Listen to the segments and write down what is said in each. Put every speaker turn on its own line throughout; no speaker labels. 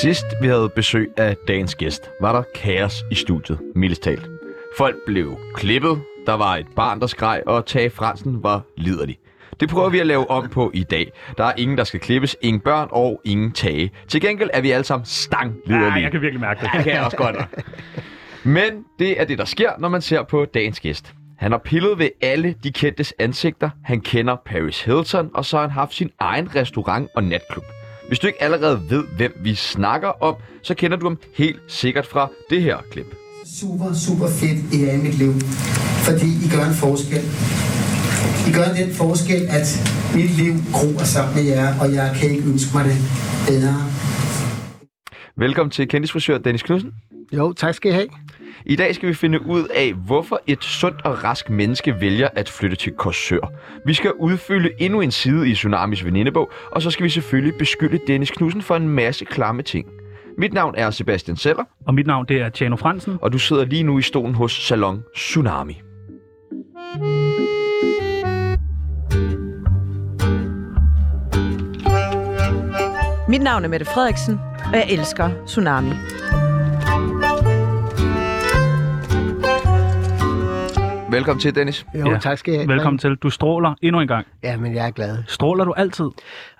Sidst vi havde besøg af dagens gæst, var der kaos i studiet, mildest talt. Folk blev klippet, der var et barn, der skreg, og Tage Fransen var liderlig. Det prøver vi at lave om på i dag. Der er ingen, der skal klippes, ingen børn og ingen tage. Til gengæld er vi alle sammen stang
Ja,
liderlige.
Ah, jeg kan virkelig mærke det.
Ja, det kan jeg også godt. Men det er det, der sker, når man ser på dagens gæst. Han har pillet ved alle de kendtes ansigter. Han kender Paris Hilton, og så har han haft sin egen restaurant og natklub. Hvis du ikke allerede ved, hvem vi snakker om, så kender du ham helt sikkert fra det her klip.
super, super fedt, I er i mit liv. Fordi I gør en forskel. I gør den forskel, at mit liv gror sammen med jer, og jeg kan ikke ønske mig det bedre.
Velkommen til kendisfrisør Dennis Knudsen.
Jo, tak skal I have.
I dag skal vi finde ud af, hvorfor et sundt og rask menneske vælger at flytte til Korsør. Vi skal udfylde endnu en side i Tsunamis venindebog, og så skal vi selvfølgelig beskylde Dennis Knudsen for en masse klamme ting. Mit navn er Sebastian Seller,
Og mit navn, det er Tjano Fransen.
og du sidder lige nu i stolen hos Salon Tsunami.
Mit navn er Mette Frederiksen, og jeg elsker Tsunami.
Velkommen til, Dennis.
Jo, ja. tak skal I have.
Velkommen til. Du stråler endnu en gang.
Ja, men jeg er glad.
Stråler du altid?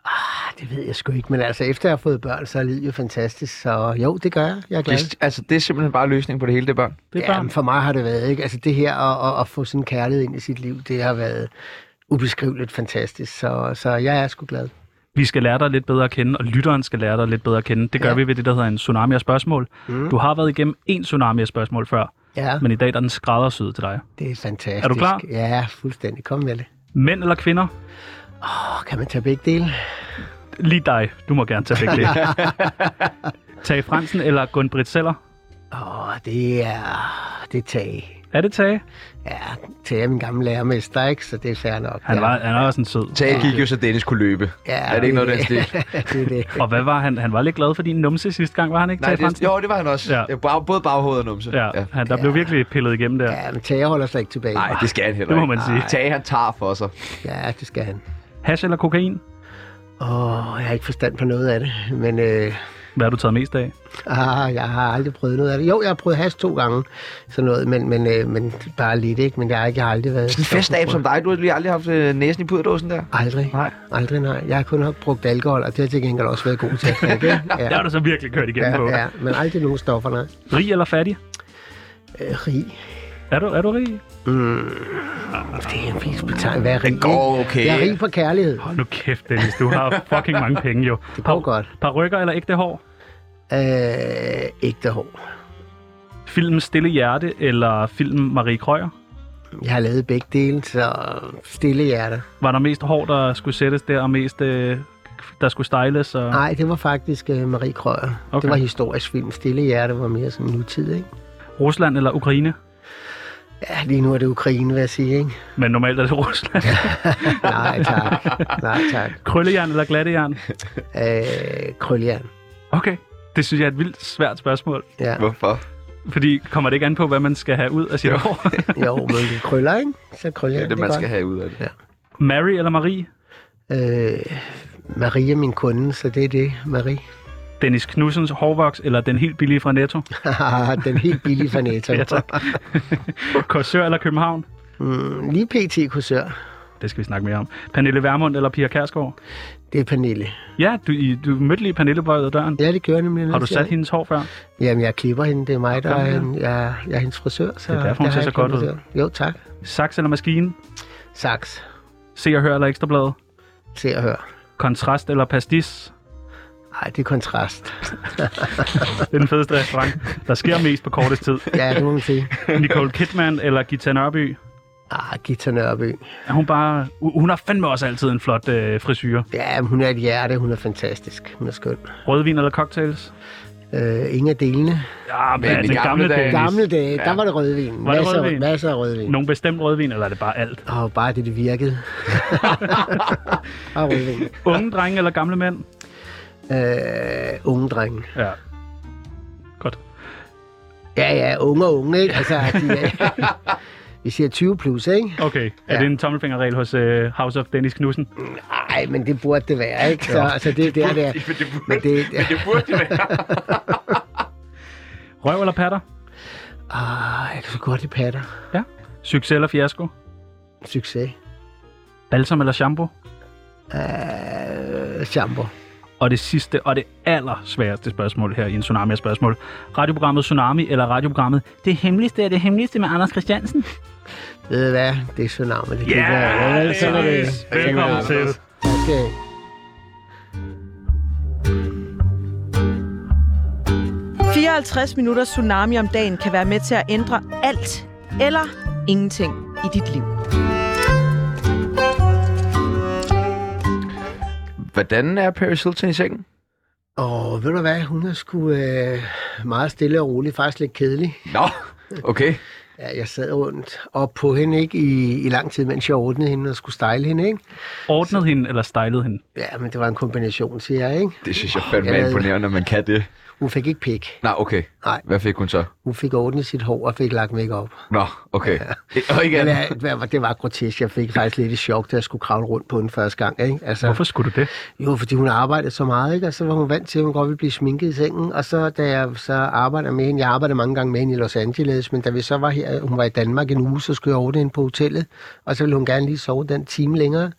Ah, det ved jeg sgu ikke, men altså efter jeg har fået børn, så er livet jo fantastisk. Så jo, det gør jeg. Jeg er glad.
Det, altså, det er simpelthen bare løsningen på det hele, det børn.
Det er
Jamen,
bare...
for mig har det været, ikke? Altså det her at, at, at få sådan en kærlighed ind i sit liv, det har været ubeskriveligt fantastisk. Så, så jeg er sgu glad.
Vi skal lære dig lidt bedre at kende, og lytteren skal lære dig lidt bedre at kende. Det gør
Ja.
vi ved det, der hedder en tsunami af spørgsmål.
Mm.
Du har været igennem en tsunami af spørgsmål før,
Ja, men...
men i dag der er den skræddersyet til dig.
det er fantastisk.
Er du klar?
Ja, fuldstændig. Kom med det.
Mænd eller kvinder?
Åh, kan man tage begge dele?
Lige dig. Du må gerne tage begge dele. Tage Fransen eller Gun Britt Seller?
Åh, det er... Det er Tage.
Er det Tage?
Ja, Tage er min gamle lærermester, ikke? Så det er fair nok.
Han,
ja.
var, han er også en sød.
Tage gik jo, så Dennis kunne løbe.
Ja,
er det ikke noget, den stil?
det er det.
Og hvad var han? Han var lidt glad for din numse sidste gang, var han ikke?
Nej,
Tage
det,
Fransen?
jo, det var han også.
Ja.
Ja. Bag, både baghovedet og numse.
Ja, han, der blev virkelig pillet igennem der.
Ja, men Tage holder sig ikke tilbage.
Nej, det skal han heller
Det må
ikke.
man sige.
Nej. Tage, han tager for sig.
Ja, det skal han.
Hash eller kokain?
Åh, jeg har ikke forstand på noget af det, men øh,
Hvad har du taget mest af?
ah, jeg har aldrig prøvet noget af det. Jo, jeg har prøvet hash to gange, sådan noget, men, men, øh, men bare lidt, ikke? Men jeg har, ikke, jeg har aldrig været...
Sådan en festab som dig, du har lige aldrig haft øh, næsen i pudderdåsen der.
Aldrig.
Nej.
Aldrig, nej. Jeg har kun har brugt alkohol, og det har jeg til gengæld også været god til at drikke. ikke?
Ja. Der har du så virkelig kørt igennem ja, på.
ja,
Ja.
ja, men aldrig nogen stoffer, nej.
Rig eller fattig?
Øh, rig. Mm.
Er du, er du rig?
Det er en fisk betegn. Hvad er rig?
Det går okay.
Jeg er rig på kærlighed.
Hold nu kæft, Dennis. Du har fucking mange penge, jo.
Det går godt.
Parrykker eller ægte hår?
Øh, ægte hår.
Filmen Stille Hjerte eller filmen Marie Krøyer?
Jeg har lavet begge dele, så stille hjerter.
Var der mest hår, der skulle sættes der, og mest, øh, der skulle styles? Og...
Nej, det var faktisk øh, Marie Krøyer.
Okay.
Okay. Det var historisk film. Stille Hjerte var mere sådan nutid, ikke?
Rusland eller Ukraine?
Ja, lige nu er det Ukraine, vil jeg sige, ikke?
Men normalt er det Rusland.
Nej, tak. Nej, tak.
Krøllejern eller glattejern?
Øh, krøljern.
Okay. Det synes jeg er et vildt svært spørgsmål.
Ja.
Hvorfor?
Fordi kommer det ikke an på, hvad man skal have ud af sit
Jo.
hår?
Jo, men du krøller, ikke? Så krøljern,
Det er det, man
godt.
skal have ud af det.
Mary eller Marie?
Øh, Marie er min kunde, så det er det, Marie.
Dennis Knudsens hårvoks eller den helt billige fra Netto?
Den helt billige fra Netto.
Ja, tak. Korsør eller København?
mm, lige pt. kursør.
Det skal vi snakke mere om. Pernille Vermund eller Pia Kærsgaard?
Det er Pernille. Ja,
Ja, du, I- du mødte lige Pernille på ad døren.
Ja, det kører nemlig.
Har du
siger
sat
jeg.
hendes hår før?
Jamen, jeg klipper hende. Det er mig, der
Gør du
er,
det?
en- jeg, er- jeg er hendes frisør. Så
Det er derfor, hun
der
ser
har
så
jeg klippet
godt ud.
der. Jo, tak.
Saks eller maskine?
Saks.
Se og hør eller ekstrabladet?
Se og hør.
Kontrast eller pastis?
Ej, det er kontrast.
Det er den fedeste restaurant, der sker mest på kortest tid.
Ja, det må man sige.
Nicole Kidman eller Gita Nørby?
Ah, Gita Nørby.
Er hun, bare, hu- hun har fandme også altid en flot øh, frisyr.
Ja, men hun er et hjerte. Hun er fantastisk. Hun er skøn.
Rødvin eller cocktails?
Øh, ingen af delene.
Ja, men
Men i
den
gamle
gamle
dage-
dag.
Gamle dage, der var det rødvin.
Var det
masser,
rødvin?
masser af rødvin.
Nogle bestemt rødvin, eller er det bare alt?
Og bare det, det virkede. Bare rødvin.
Unge drenge eller gamle mænd?
Øh, unge drenge.
Ja. Godt.
Ja, ja, unge og unge, ikke? Altså, de er, vi siger 20 plus, ikke?
Okay. Er
Ja.
det en tommelfingerregel hos øh, House of Dennis Knudsen?
Nej, Nej, men det burde det være, ikke? Så, altså, det, det er det. er.
Men det burde,
Men det,
men det, burde det være.
Røv eller patter?
ah, jeg kan så godt lide patter.
Ja. Succes eller fiasko?
Succes.
Balsam eller shampoo?
Øh, shampoo.
Og det sidste og det allersværeste spørgsmål her i en Tsunami er spørgsmål. Radioprogrammet Tsunami eller radioprogrammet Det Hemmeligste er det Hemmeligste med Anders Christiansen?
Ved du hvad? Det er tsunami. Det
Ja,
yeah, det, det, det, det, det.
yes. Velkommen til.
Okay.
det. 54 minutter tsunami om dagen kan være med til at ændre alt eller ingenting i dit liv.
Hvordan er Paris Hilton i sengen?
Og ved du hvad? Hun er sgu øh, meget stille og rolig. Faktisk lidt kedelig.
Nå, okay.
Ja, jeg sad rundt op på hende ikke i, i lang tid, mens jeg ordnede hende og skulle style hende. Ikke?
Ordnede hende eller stylede hende?
Ja, men det var en kombination, siger jeg. Ikke?
Det synes jeg fandme
Ja.
er imponerende, når man kan det.
Hun fik ikke pik.
Nå, okay.
Nej.
Hvad fik hun så?
Hun fik ordnet sit hår og fik lagt make op.
Nå, okay. Og ikke
Men
andet.
ja, det var- det var grotesk. Jeg fik faktisk lidt i chok, da jeg skulle kravle rundt på den første gang. Ikke? Altså,
Hvorfor skulle du det?
Jo, fordi hun arbejdede så meget, ikke? og så var hun vant til, at hun godt ville blive sminket i sengen. Og så da jeg så arbejder med hende, jeg arbejder mange gange med hende i Los Angeles, men da vi så var her, hun var i Danmark en uge, så skulle jeg ordne hende på hotellet, og så ville hun gerne lige sove den time længere.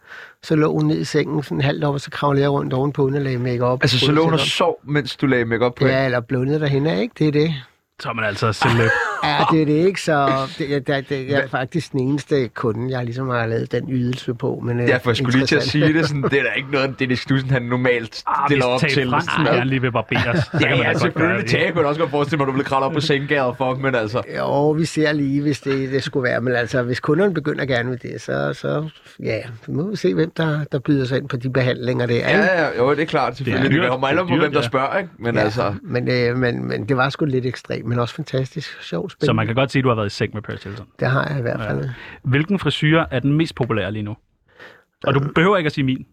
Så lå hun ned i sengen sådan halvt op, og så kravlede jeg rundt ovenpå hende og lagde make op.
Altså, så lå hun og sov, mens du lagde makeup på hende.
Ja, eller blundede derhenne, ikke? Det er det.
Så er man altså selv
Ja, det er det ikke, så det, jeg, det, det, jeg er faktisk den eneste kunde, jeg ligesom har lavet den ydelse på. Men, øh,
Ja, for jeg skulle lige til at
interessant.
sige det sådan, det er da ikke noget, Dennis Knudsen han normalt
Arh,
stiller op
Ah, hvis
til.
Tage Fransen
Sådan.
gerne lige vil barberes, så
Ja,
kan man da
ja,
godt gøre
selvfølgelig.
det.
Tage kunne jeg også godt forestille mig, at du ville kravle op på sengegæret for, men altså...
Jo, vi ser lige, hvis det, det skulle være. Men altså, hvis kunderne begynder gerne med det, så, så ja, så må vi se, hvem der, der byder sig ind på de behandlinger der.
Ja,
ikke?
ja, jo, det er klart, selvfølgelig. Det
dyrt.
er dyrt, det
Det er
på,
dyrt,
hvem der
ja.
spørger, ikke? Men altså...
Men, øh, men, men det var sgu lidt ekstremt, men også fantastisk sjovt spil.
Så man kan godt sige, at du har været i seng med Paris Hilton.
Det har jeg i hvert fald. Ja.
Hvilken frisyr er den mest populære lige nu? Og
Øh.
du behøver ikke at sige min.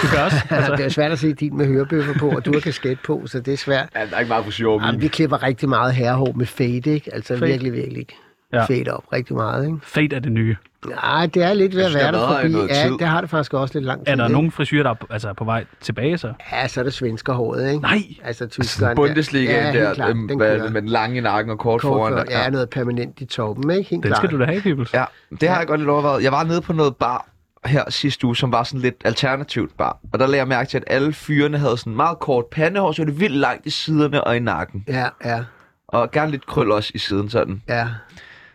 Du kan også.
Altså, det er
Altså,
jo svært at se din med hørebøffer på, og du har kasket på, så det er svært.
Ja, der er ikke meget frisyr over
Jamen,
min.
vi klipper rigtig meget herrehår med fade, ikke? Altså
Fade.
fade. virkelig, virkelig.
Ja.
Ja. Fade op rigtig meget, ikke?
fade er det nye.
Nej, det er lidt ved at
synes, det
være
har
der
været her i
forbi.
noget
Ja,
tid.
det har det faktisk også lidt langt.
Er der nogen frisyrer, der er, altså, er på vej tilbage så?
Ja, så er det svenskerhåret, ikke?
Nej!
Altså
Sådan
tyskeren.
Bundesliga
ja,
der,
helt klart,
øhm,
den
hvad er
kører.
det, med den lange i nakken og kort,
kort
foran.
før,
der.
ja, noget permanent i toppen, ikke? Helt
Den skal
klart.
du da have, Pibels.
Ja, det har jeg godt lidt overvejet. Jeg var nede på noget bar her sidste uge, som var sådan lidt alternativt bar. Og der lagde jeg mærke til, at alle fyrene havde sådan meget kort pandehår, så var det vildt langt i siderne og i nakken.
Ja, ja,
Og gerne lidt krøl også i siden sådan.
ja.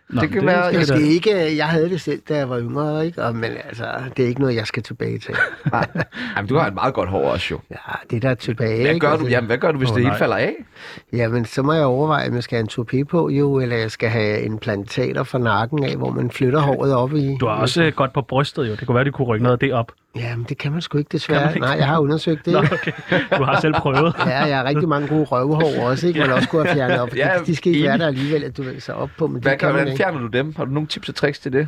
Nå,
det kan
men
være-
skal
Jeg
vi da-
skal ikke, jeg havde det selv, da jeg var yngre, ikke? Og, men altså, det er ikke noget, jeg skal tilbage til.
Nej. Ah, Jamen, du har et meget godt hår også jo.
Ja, det der er tilbage,
Hvad
ikke?
gør du,
Altså,
jamen, hvad gør du hvis
Åh,
det hele
nej.
falder af?
Jamen, så må jeg overveje, om jeg skal have en toupé på, jo, eller jeg skal have en plantater fra nakken af, hvor man flytter håret op i.
Du har også øh, godt på brystet jo. Det kunne være, at du kunne rykke noget af det op.
Jamen, det kan man sgu ikke, desværre.
Kan man ikke?
Nej, jeg har undersøgt det.
Nå, okay. Du har selv prøvet.
Ja, jeg har rigtig mange gode røvehår også, ikke? Man også skulle have fjernet op.
Ja,
Ja, de skal ikke
enig.
være der alligevel, at du vil så op på, men
Hvad kan,
det kan man
hvordan
ikke.
fjerner du dem? Har du nogle tips og tricks til det?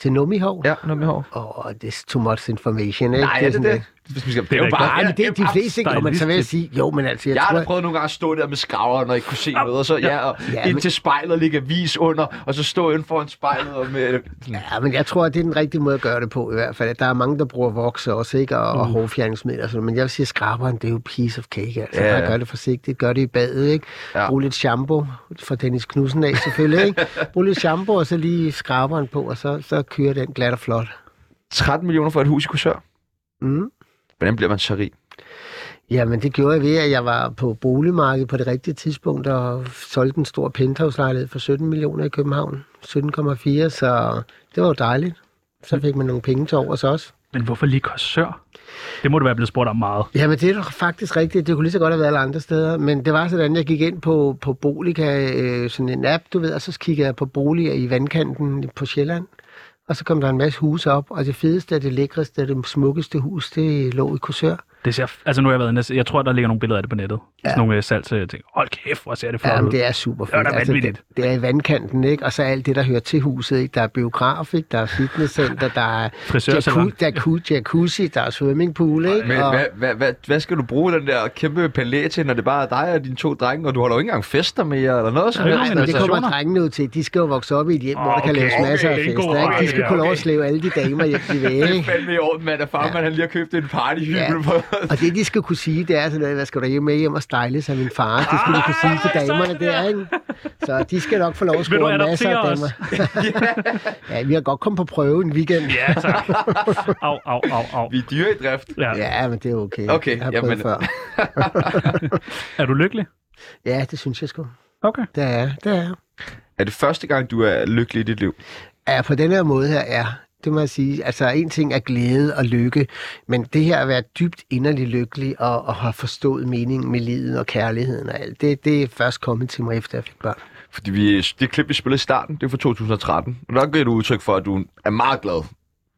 Til nummihår?
Ja, noget med hår.
Åh, oh, this too much information, ikke?
Nej, er det
sådan,
det? Hvis vi skal-
er
Det er jo
rigtigt.
bare...
Nej, men det er de fleste ikke,
der er
og man så vil jeg
lidt-
sige, jo, men altså, jeg,
Jeg har
tror,
da prøvet nogle gange at stå der med skraver, når jeg ikke kunne se noget, og så ja, og
Ja,
ind
men-
til spejlet ligge vis under, og så stå inden foran spejlet og med...
ja, men jeg tror, det er den rigtige måde at gøre det på i hvert fald. Der er mange, der bruger voks også, ikke, og,
Mm.
og hårfjerningsmiddel og sådan noget, men jeg vil sige, at skraberen, det er jo piece of cake, altså.
Ja,
Ja,
ja.
Bare gør det forsigtigt, gør det i badet, ikke?
Ja.
Ja. Brug lidt shampoo fra Dennis Knudsen af, selvfølgelig, ikke? Brug lidt shampoo, og så lige skraberen på, og så, så kører den glat og flot.
13 millioner for et hus i Korsør.
Mm.
Hvordan bliver man så rig?
Jamen, det gjorde jeg ved, at jeg var på boligmarkedet på det rigtige tidspunkt og solgte en stor penthouse-lejlighed for 17 millioner i København. 17,4, så det var jo dejligt. Så fik man nogle penge til overs også.
Men hvorfor lige korsør? Det må du være blevet spurgt om meget.
Jamen, det er faktisk rigtigt. Det kunne lige så godt have været alle andre steder. Men det var sådan, jeg gik ind på, på Bolika, øh, sådan en app, du ved, og så kiggede jeg på boliger i vandkanten på Sjælland. Og så kom der en masse huse op, og det fedeste, og det lækreste, og det smukkeste hus, det lå i Korsør.
Det ser, altså nu har jeg været inde, og se- jeg tror, der ligger nogle billeder af det på nettet. Ja. Sådan nogle øh, salgs, øh, ting. Hold kæft, hvor ser det flot
Ja,
ud.
men det er super
Det var
fedt.
da
det,
vanvittigt.
det er i vandkanten, ikke? Og så alt det, der hører til huset, ikke? Der er biograf, ikke? Der er fitnesscenter, der er
Frisørsalon.
jacuzzi, der, er ku- jacuzzi, der er swimmingpool, ikke?
Men
og,
hvad, hvad, hvad, hvad skal du bruge den der kæmpe palæ til, når det bare er dig og dine to drenge, og du holder jo ikke engang fester med jer, eller noget som
Nej,
helst?
Nej, men det
altså.
organisationer?
kommer drengene ud til. De skal jo vokse op i et hjem, hvor der
Ah,
kan
Okay,
laves masser af
okay, det er en god
fester. Ikke? De
regel,
skal
ja,
kunne lov at
okay.
slæve alle de damer hjem, de vil.
Det er
Ikke?
fandme i orden, mand, at farmand han lige har købt en partyhylde
Ja.
på.
Og det, de skal kunne sige, det er sådan noget, hvad skal du hjem med hjem og style sig min far? Det skal de
Ah,
kunne sige til damerne der, ikke? Så de skal nok få lov at
Vil du
score masser af
adoptere
damer. ja, vi har godt kommet på prøve en weekend.
Ja, tak. Au, au, au, au.
Vi er dyre i drift.
Ja. ja.
Ja, men det er okay.
Okay,
jeg har prøvet
jamen.
før.
Er du lykkelig?
Ja, det synes jeg sgu.
Okay.
Det er, jeg. det er. jeg.
Er det første gang, du er lykkelig i dit liv?
Ja, på den her måde her er, det må jeg sige, altså en ting er glæde og lykke, men det her at være dybt inderligt lykkelig og, og have forstået meningen med livet og kærligheden og alt, det, det er først kommet til mig, efter jeg fik børn.
Fordi vi, det klip, vi spillede i starten, det er fra 2013. Og der giver du udtryk for, at du er meget glad,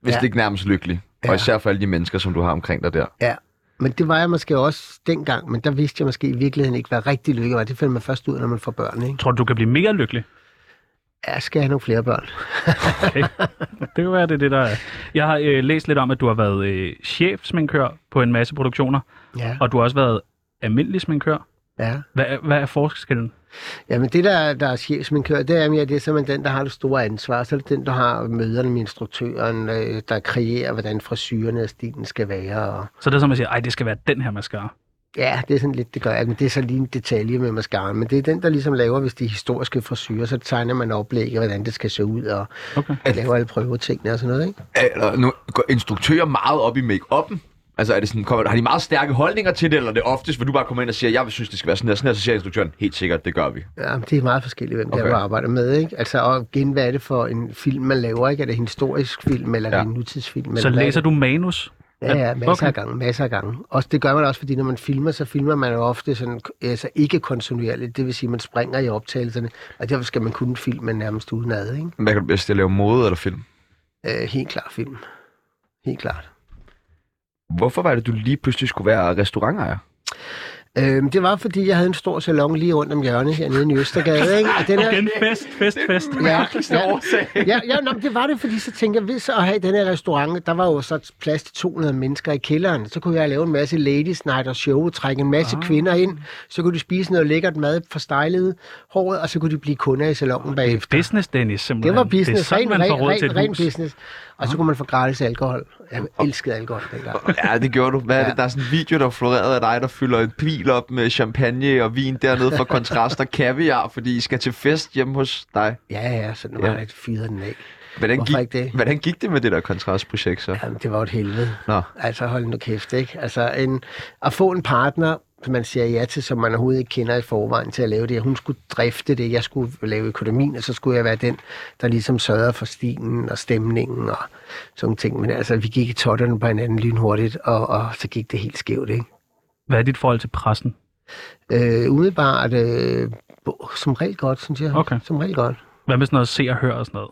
hvis
Ja.
ja. det ikke nærmest lykkelig. Ja.
Ja.
Og især for alle de mennesker, som du har omkring dig der.
Ja, men det var jeg måske også dengang, men der vidste jeg måske i virkeligheden ikke, hvad rigtig lykke var. Det finder man først ud, når man får børn, ikke?
Tror du, du kan blive mega lykkelig?
Ja, skal jeg have nogle flere børn?
Okay. det kan være, det er det, der er. Jeg har øh, læst lidt om, at du har været øh, chefsminkør på en masse produktioner,
Ja,
og du har også været almindelig sminkør.
ja.
Hvad, er- hvad er forskellen?
Jamen det, der, der er chefsminkør, det er, mere, det er simpelthen den, der har det store ansvar. Så er det den, der har møderne med instruktøren, øh, der kreerer, hvordan frisyrerne og stilen skal være. Og
Så det er som at sige, ej, det skal være den her mascara.
ja, det er sådan lidt, det gør jeg. Men det er så lige en detalje med mascaraen. Men det er den, der ligesom laver, hvis de er historiske frisyrer, så tegner man oplægget, hvordan det skal se ud, og
Okay.
okay. laver alle prøvetingene og sådan noget, ikke?
Eller, nu går instruktører meget op i make-up'en. Altså, er det sådan, kommer, har de meget stærke holdninger til det, eller er det oftest, hvor du bare kommer ind og siger, jeg synes, det skal være sådan her, sådan her, så siger instruktøren, helt sikkert, det gør vi.
Ja, men det er meget forskelligt, hvem okay. det
Okay.
er, du arbejder med, ikke? Altså, og igen, hvad er det for en film, man laver, ikke? Er det en historisk film, eller ja.
Ja.
er det en nutidsfilm?
Så
eller hvad er
læser du manus?
Ja, altså- ja, masser okay. af
Okay.
gange, masser af gange. Også, det gør man også, fordi når man filmer, så filmer man jo ofte sådan, altså ikke kontinuerligt. Det vil sige, at man springer i optagelserne, og derfor skal man kunne filme nærmest udenad, ikke?
Hvad kan du bedst til at lave mode eller film?
Øh, helt klart film. Helt klart.
Hvorfor var det, du lige pludselig skulle være restaurantejer?
Øh, det var, fordi jeg havde en stor salon lige rundt om hjørnet hernede i Østergade, ikke? Og den her,
Igen, fest, fest, fest.
ja, ja,
årsag.
ja, ja nå, men det var det, fordi så tænkte jeg, ved så at have den her restaurant, der var jo så plads til 200 mennesker i kælderen, så kunne jeg lave en masse ladies night og show, trække en masse ah. kvinder ind, så kunne de spise noget lækkert mad for stejlet håret, og så kunne de blive kunder i salongen bagefter.
Business, Dennis, simpelthen.
Det var business,
Det er
ren,
sådan, man får
ren,
råd til
ren,
et
ren
hus. Ah.
business. Og så kunne man få gratis alkohol. Jeg elskede alkohol dengang.
Ja, det gjorde du. Hvad er det? Der er sådan en video, der er floreret af dig, der fylder en pil op med champagne og vin dernede for kontrast og kaviar, fordi I skal til fest hjemme hos dig.
Ja, ja, så nu var
Ja.
jeg fyret den af.
Hvordan
Hvorfor
gik,
ikke det?
Hvordan gik det med det der kontrastprojekt så?
Jamen, det var jo et helvede.
Nå.
Altså, hold nu kæft, ikke? Altså, en, at få en partner, som man siger ja til, som man overhovedet ikke kender i forvejen til at lave det. Hun skulle drifte det, jeg skulle lave økonomien, og så skulle jeg være den, der ligesom sørgede for stilen og stemningen og sådan nogle ting. Men altså, vi gik i totterne på hinanden lynhurtigt, og, og så gik det helt skævt, ikke?
Hvad er dit forhold til pressen?
Øh, umiddelbart, øh, bo- som regel godt, synes jeg.
Okay.
Som regel godt.
Hvad med sådan noget se og hør og sådan noget?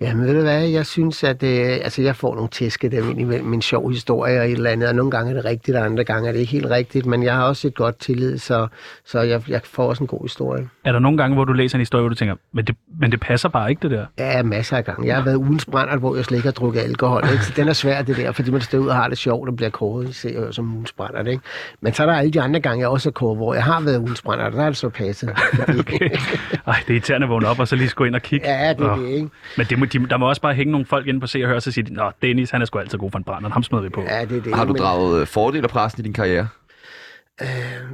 Jamen ved du hvad, jeg synes, at øh, altså, jeg får nogle tæske dem ind imellem en sjov historie og et eller andet, og nogle gange er det rigtigt, og andre gange er det ikke helt rigtigt, men jeg har også et godt tillid, så, så jeg, jeg får også en god historie.
Er der nogle gange, hvor du læser en historie, hvor du tænker, men det, men det passer bare ikke, det der?
Ja, masser af gange. Jeg har været uden sprændert, hvor jeg slet ikke har drukket alkohol. Ikke? Så den er svær, det der, fordi man står ud og har det sjovt og bliver kåret se, og som ugen sprændert, ikke? Men så er der alle de andre gange, jeg også er kåret, hvor jeg har været uden sprændert, og der er det så passet.
Okay. Ej, det er irriterende at vågne op og så lige skulle ind og kigge.
Ja, det er
Nå.
det, ikke?
Men det må, de, der må også bare hænge nogle folk ind på se og hør, og så siger de, Nå, Dennis, han er sgu altid god for en brænder, ham smider vi på.
Ja, det er
Har
det. ikke?
du
Men-
draget øh, fordel af pressen i din karriere?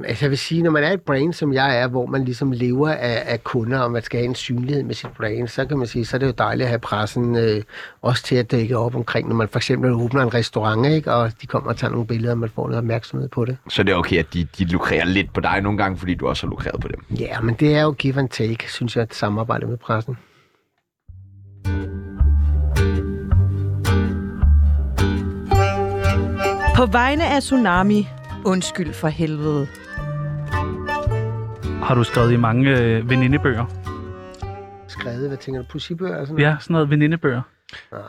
Altså jeg vil sige, når man er et brand, som jeg er, hvor man ligesom lever af, af kunder, og man skal have en synlighed med sit brand, så kan man sige, så er det jo dejligt at have pressen øh, også til at dække op omkring, når man for eksempel åbner en restaurant, ikke, og de kommer og tager nogle billeder, og man får noget opmærksomhed på det.
Så det er okay, at de, de lukrerer lidt på dig nogle gange, fordi du også har lukreret på dem.
Ja, men det er jo give and take, synes jeg, at samarbejde med pressen.
På vegne af Tsunami, undskyld for helvede.
Har du skrevet i mange øh, venindebøger?
Skrevet, hvad tænker du, pussybøger og sådan noget?
Ja, sådan noget venindebøger.
Nej.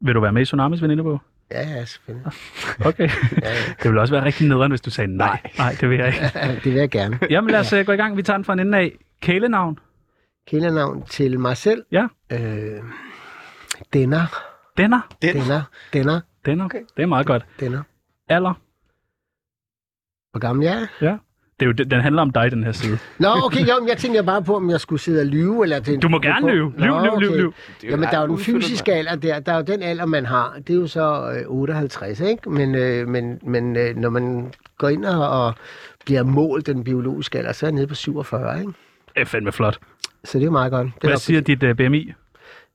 Vil du være med i Tsunamis venindebog?
Ja, ja, selvfølgelig.
Okay. Det ville også være rigtig nederen, hvis du sagde nej. Nej, det vil jeg ikke.
Ja, det vil jeg gerne.
Jamen lad os øh, gå i gang. Vi tager den fra en ende af. Kælenavn.
Kælenavn til mig selv.
Ja.
Øh, Denner.
Denner.
Denner. Denner.
Denner. Okay. Det er meget godt.
Denner.
Alder.
Hvor gammel jeg er?
Ja. Det er jo, den den handler om dig, den her side.
Nå, okay, jo, men jeg tænkte bare på, om jeg skulle sidde og lyve. Eller det,
Du må gerne lyve. Lyv, lyv, lyv, lyv.
Det
Jamen, der er jo den
udfyldet,
fysiske alder der. Der er jo den alder, man har. Det er jo så øh, 58, ikke? Men, øh, men, men øh, når man går ind og, og bliver målt den biologiske alder, så er jeg nede på 47, ikke?
Det er fandme flot.
Så det er jo meget godt. Det er
Hvad
nok-
siger dit uh, BMI?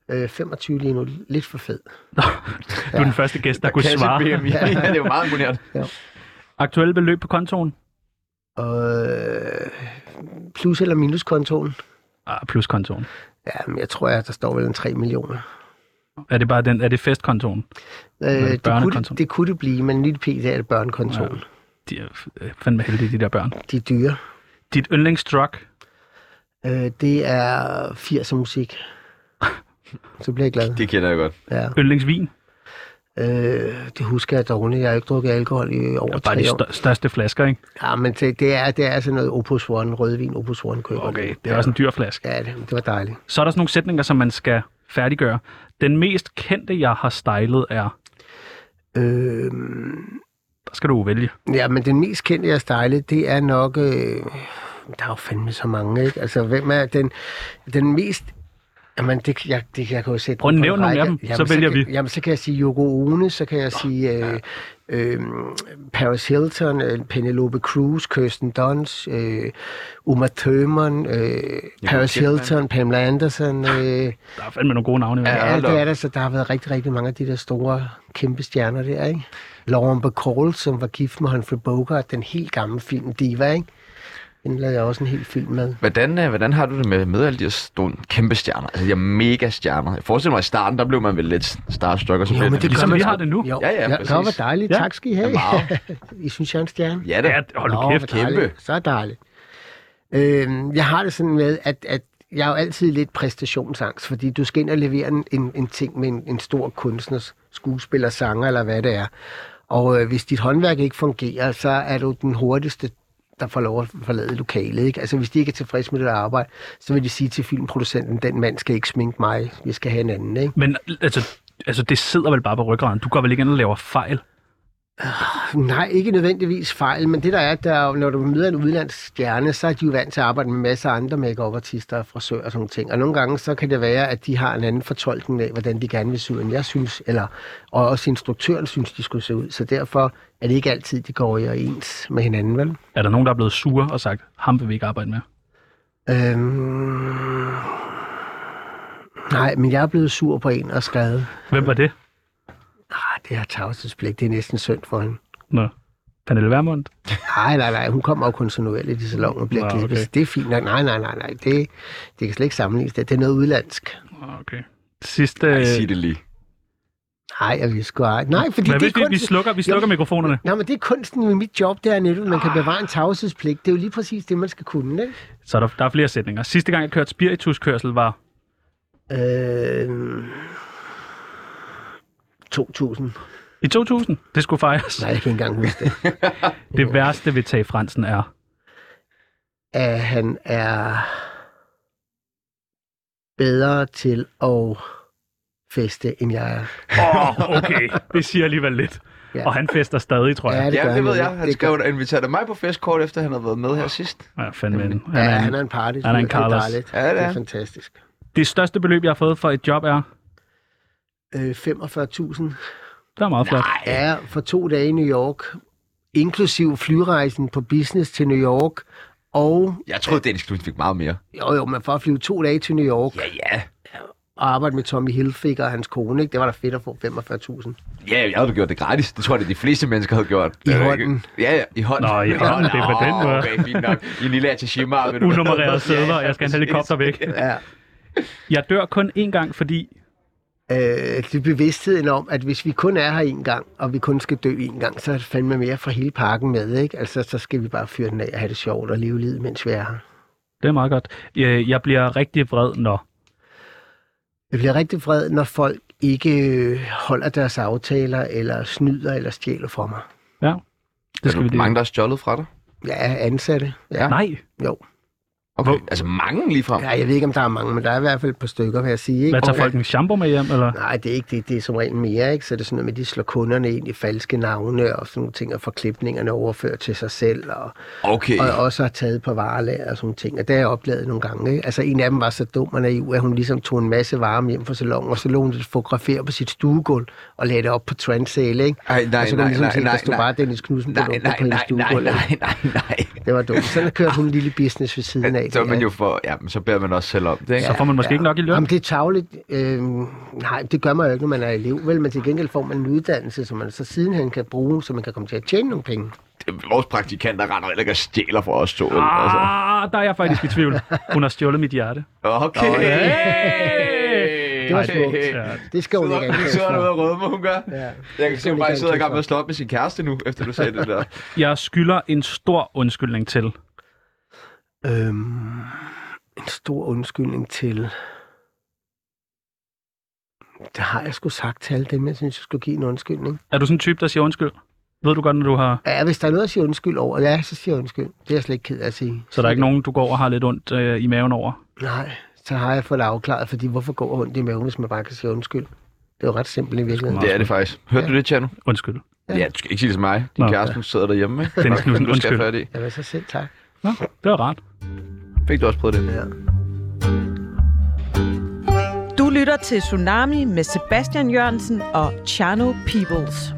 øh, 25 lige nu. Lidt for fed.
Du er den første gæst, der kunne
Kasse
svare.
BMI. Ja, det er jo meget imponerende.
Aktuelle beløb på kontoen?
Og øh, plus- eller minuskontoen.
Ah, plus kontoen.
Ja, men jeg tror, at der står vel en 3 millioner.
Er det bare den, er det festkontoen?
Øh, det, kunne
børnekontoen.
det, det kunne det blive, men lige pt. er det børnekontoen. Ja.
De er f- øh, fandme heldige, de der børn.
De er dyre.
Dit yndlingsdrug?
Øh, det er 80'er musik. Så bliver jeg glad.
Det kender jeg godt.
Ja.
Yndlingsvin?
Øh, det husker jeg dårligt. Jeg har ikke drukket alkohol i over
Og bare
tre
de
år.
stør- største flasker, ikke?
Ja, men det, det, er, det er sådan noget Opus One, rødvin, Opus One køber.
Okay, det er også en dyr flaske.
Ja, det, det var dejligt.
Så er der sådan nogle sætninger, som man skal færdiggøre. Den mest kendte, jeg har stylet, er...
Øh,
Der skal du jo vælge.
ja, men den mest kendte, jeg stejlede, det er nok... Øh, der er jo fandme så mange, ikke? Altså, hvem er den, den mest... Jamen, det, jeg, det, jeg kan jo sætte...
Prøv at
den på en
nævne nogle
række.
af dem, så vælger
kan,
vi.
Jamen, så kan jeg sige Yoko Ono, så kan jeg sige øh, øh, Paris Hilton, øh, Penelope Cruz, Kirsten Dunst, øh, Uma Thurman, øh, Paris
Kidman.
Hilton, Pamela Anderson. Øh,
Der er fandme nogle gode navne. i hvert fald.
Ja,
hold
det
op.
er der, så der har været rigtig, rigtig mange af de der store, kæmpe stjerner der, ikke? Lauren Bacall, som var gift med Humphrey Bogart, den helt gamle film Diva, ikke? Den lavede jeg også en hel film med.
Hvordan, øh, hvordan har du det med, med alle de her store, kæmpe stjerner? Altså, de er mega stjerner. Jeg forestiller mig, at i starten, der blev man vel lidt starstruck og så blev
det Ligesom vi har det nu.
Jo,
Ja,
ja,
ja,
ja,
præcis.
det var dejligt.
Ja.
Ja. Tak skal I have.
Wow.
I synes, jeg er en stjerne?
Ja, det.
Ja, hold nu
Nå,
kæft.
hvor dejligt.
kæmpe.
Så dejligt. Øhm, jeg har det sådan med, at, at jeg er jo altid lidt præstationsangst, fordi du skal ind og levere en, en, en ting med en, en stor kunstner, skuespiller, sanger eller hvad det er. Og øh, hvis dit håndværk ikke fungerer, så er du den hurtigste, der får lov at forlade lokalet. Ikke? Altså hvis de ikke er tilfredse med det arbejde, så vil de sige til filmproducenten, den mand skal ikke sminke mig, vi skal have en anden. Ikke?
Men altså, altså, det sidder vel bare på ryggraden. Du går vel ikke ind og laver fejl?
Nej, ikke nødvendigvis fejl, men det der er, der, er jo, når du møder en udenlandsk stjerne, så er de jo vant til at arbejde med masser af andre make artister og frisører og sådan nogle ting. Og nogle gange så kan det være, at de har en anden fortolkning af, hvordan de gerne vil se ud, end jeg synes, eller og også instruktøren synes, de skulle se ud. Så derfor er det ikke altid, de går i og ens med hinanden, vel?
Er der nogen, der er blevet sure og sagt, ham vil vi ikke arbejde med?
Øhm... Nej, men jeg er blevet sur på en og skrevet,
Hvem var det?
ah, det har tavshedspligt, det er næsten synd for hende.
Nå. Pernille Vermund?
Nej, nej, nej. Hun kommer jo kontinuerligt i salongen og bliver
Nå,
klippet.
okay.
så Det er fint nok. Nej, nej, nej, nej. Det, det kan slet ikke sammenlignes. Det, det er noget udlandsk.
Åh, Okay. Sidste...
Jeg sig det lige.
Nej, jeg vil sgu ej. Nej, fordi
Hvad
det er
hvis vi, vi
kunsten.
slukker, vi slukker mikrofonerne?
Nej, men det er kunsten ved mit job, det er netop, at man kan
Ah.
bevare en tavshedspligt. Det er jo lige præcis det, man skal kunne, ikke?
Så er der, der er flere sætninger. Sidste gang, jeg kørte spirituskørsel, var...
Øh... 2000.
I 2000. Det skulle fejres.
Nej, jeg kan ikke engang huske det.
Det værste ved Tage Fransen er...
At han er bedre til at feste, end jeg er.
Åh, oh, okay. Det siger alligevel lidt.
Ja.
Og han fester stadig, tror jeg.
det
Ja,
gør
det ved
nemlig.
jeg. Han
Det
skrev, at inviterede mig på festkort, efter han havde været med her sidst.
Ja, fandme. Han
Ja,
er
han
en-
er en party.
han er en Carlos.
Ja, det er
det er
han.
fantastisk.
Det største beløb, jeg har fået for et job, er...
Øh, 45.000.
Det er meget flot.
Ja, for to dage i New York. Inklusiv flyrejsen på business til New York. Og,
Jeg troede, Dennis Knudsen fik meget mere.
jo jo, men for at flyve to dage til New York
Ja, ja.
og arbejde med Tommy Hilfiger og hans kone, ikke? det var da fedt at få 45.000.
Ja, jeg havde gjort det gratis. Det tror jeg, det de fleste mennesker havde gjort.
I
Øh,
hånden.
Ja, ja, i hånden.
Nå, i hånden. Det er på den måde.
Okay, fint nok. I en lille attachimar. ved du hvad.
Unummererede sædler, og jeg skal have en
præcis.
helikopter væk.
Ja.
Jeg dør kun én gang, fordi...
Øh, det er bevidstheden om, at hvis vi kun er her en gang, og vi kun skal dø en gang, så er det fandme mere fra hele parken med, ikke? Altså, så skal vi bare fyre den af og have det sjovt og leve livet, mens vi er her.
Det er meget godt. Øh, Jeg bliver rigtig vred, når...
Jeg bliver rigtig vred, når folk ikke øh, holder deres aftaler, eller snyder, eller stjæler fra mig.
Ja. Det
er
skal vi
der
lige.
mange, der er stjålet fra dig?
Ja, ansatte. Ja,
Nej.
jo.
Okay,
Hvor-
altså mange ligefrem.
Ja, jeg ved ikke, om der er mange, men der er i hvert fald et par stykker, vil jeg sige. Ikke?
Hvad tager
Okay.
folk en shampoo med hjem, eller?
Nej, det er ikke det. Det er som regel mere, ikke? Så det er sådan noget med, at de slår kunderne ind i falske navne og sådan nogle ting, og får klipningerne overført til sig selv, og,
Okay.
og også har taget på varelager og sådan nogle ting. Og det har jeg oplevet nogle gange. Ikke? Altså, en af dem var så dum og naiv, at hun ligesom tog en masse varme hjem fra salongen, og så lå hun det fotografere på sit stuegulv og lagde det op på Trendsale, ikke?
Ej, nej,
og så
nej,
man ligesom
nej,
se,
nej,
der stod
nej.
bare Dennis Knudsen
Nej,
produkter
nej,
på hendes
nej, nej,
stuegulv.
nej, nej, nej.
Det var dumt. Sådan kørte hun en lille business ved siden af.
Så er
der,
man
ikke?
jo for, ja, men så beder man også selv om det, ikke?
Så får man måske ikke nok i løn.
Jamen, det er tavligt. Øhm, nej, det gør man jo ikke, når man er elev, vel? Men til gengæld får man en uddannelse, som man så sidenhen kan bruge, så man kan komme til at tjene nogle penge.
Det- Vores praktikanter render heller ikke og stjæler fra os to. Ah, altså.
Ah, der er jeg faktisk i tvivl. Hun har stjålet mit hjerte.
Okay.
Nå, ja.
Hey!
Det var smukt.
Ja.
Det skal hun
Sidder-
ikke
Nu sidder du
antage
og rødme, hvad hun gør.
Ja.
Jeg kan se, hun
hun
bare
ikke
sidder i gang med
antage
at slå op med sin kæreste nu, efter du sagde det der.
Jeg skylder en stor undskyldning til.
for. Øhm, en stor undskyldning til... Det har jeg sgu sagt til alle dem, jeg synes, jeg skulle give en undskyldning.
Er du sådan en type, der siger undskyld? Ved du godt, når du har...
Ja, hvis der er noget at sige undskyld over, ja, så siger jeg undskyld. Det er jeg slet ikke ked af at sige.
Så der er ikke nogen, du går og har lidt ondt øh, i maven over?
Nej, så har jeg fået det afklaret, fordi hvorfor går ondt i maven, hvis man bare kan sige undskyld? Det er jo ret simpelt i virkeligheden.
Det er det faktisk. Hørte du det, Tjerno?
Undskyld.
Ja. du skal ikke sige det til mig. Din
Nå.
kæreste, hun sidder derhjemme, ikke?
Dennis
Nå,
Knudsen,
du skal
undskyld.
have fat i.
Jamen, så selv tak.
Nå, det var rart.
Fik du også prøvet det?
Du lytter til Tsunami med Sebastian Jørgensen og Chano Peoples.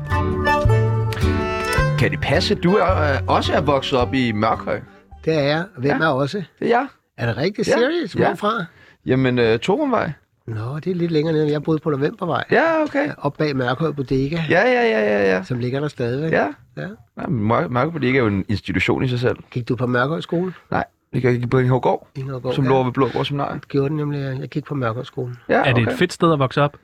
Kan det passe, at du er, øh, også er vokset op i Mørkhøj?
Det er jeg. Hvem ja. er også?
Det er jeg.
Er det rigtigt?
Ja,
Serious?
ja.
Hvorfra?
Jamen, øh, Torumvej.
Nå, det er lidt længere nede, end jeg boede på Novembervej.
Ja, okay.
Op bag Mørkhøj Bodega,
Ja, ja, ja, ja, ja.
som ligger der stadigvæk.
Ja.
ja.
Nej, men Mør- Mørkepolitik er jo en institution i sig selv.
Gik du på Mørkhøj skole?
Nej, det gør jeg ikke på Ingehavgård,
Ingehavgård,
som
ja.
lå ved Blågård som nej.
Gjorde den nemlig. ja. Jeg gik på Mørkhøj skole.
Ja,
Er det et fedt sted at vokse op?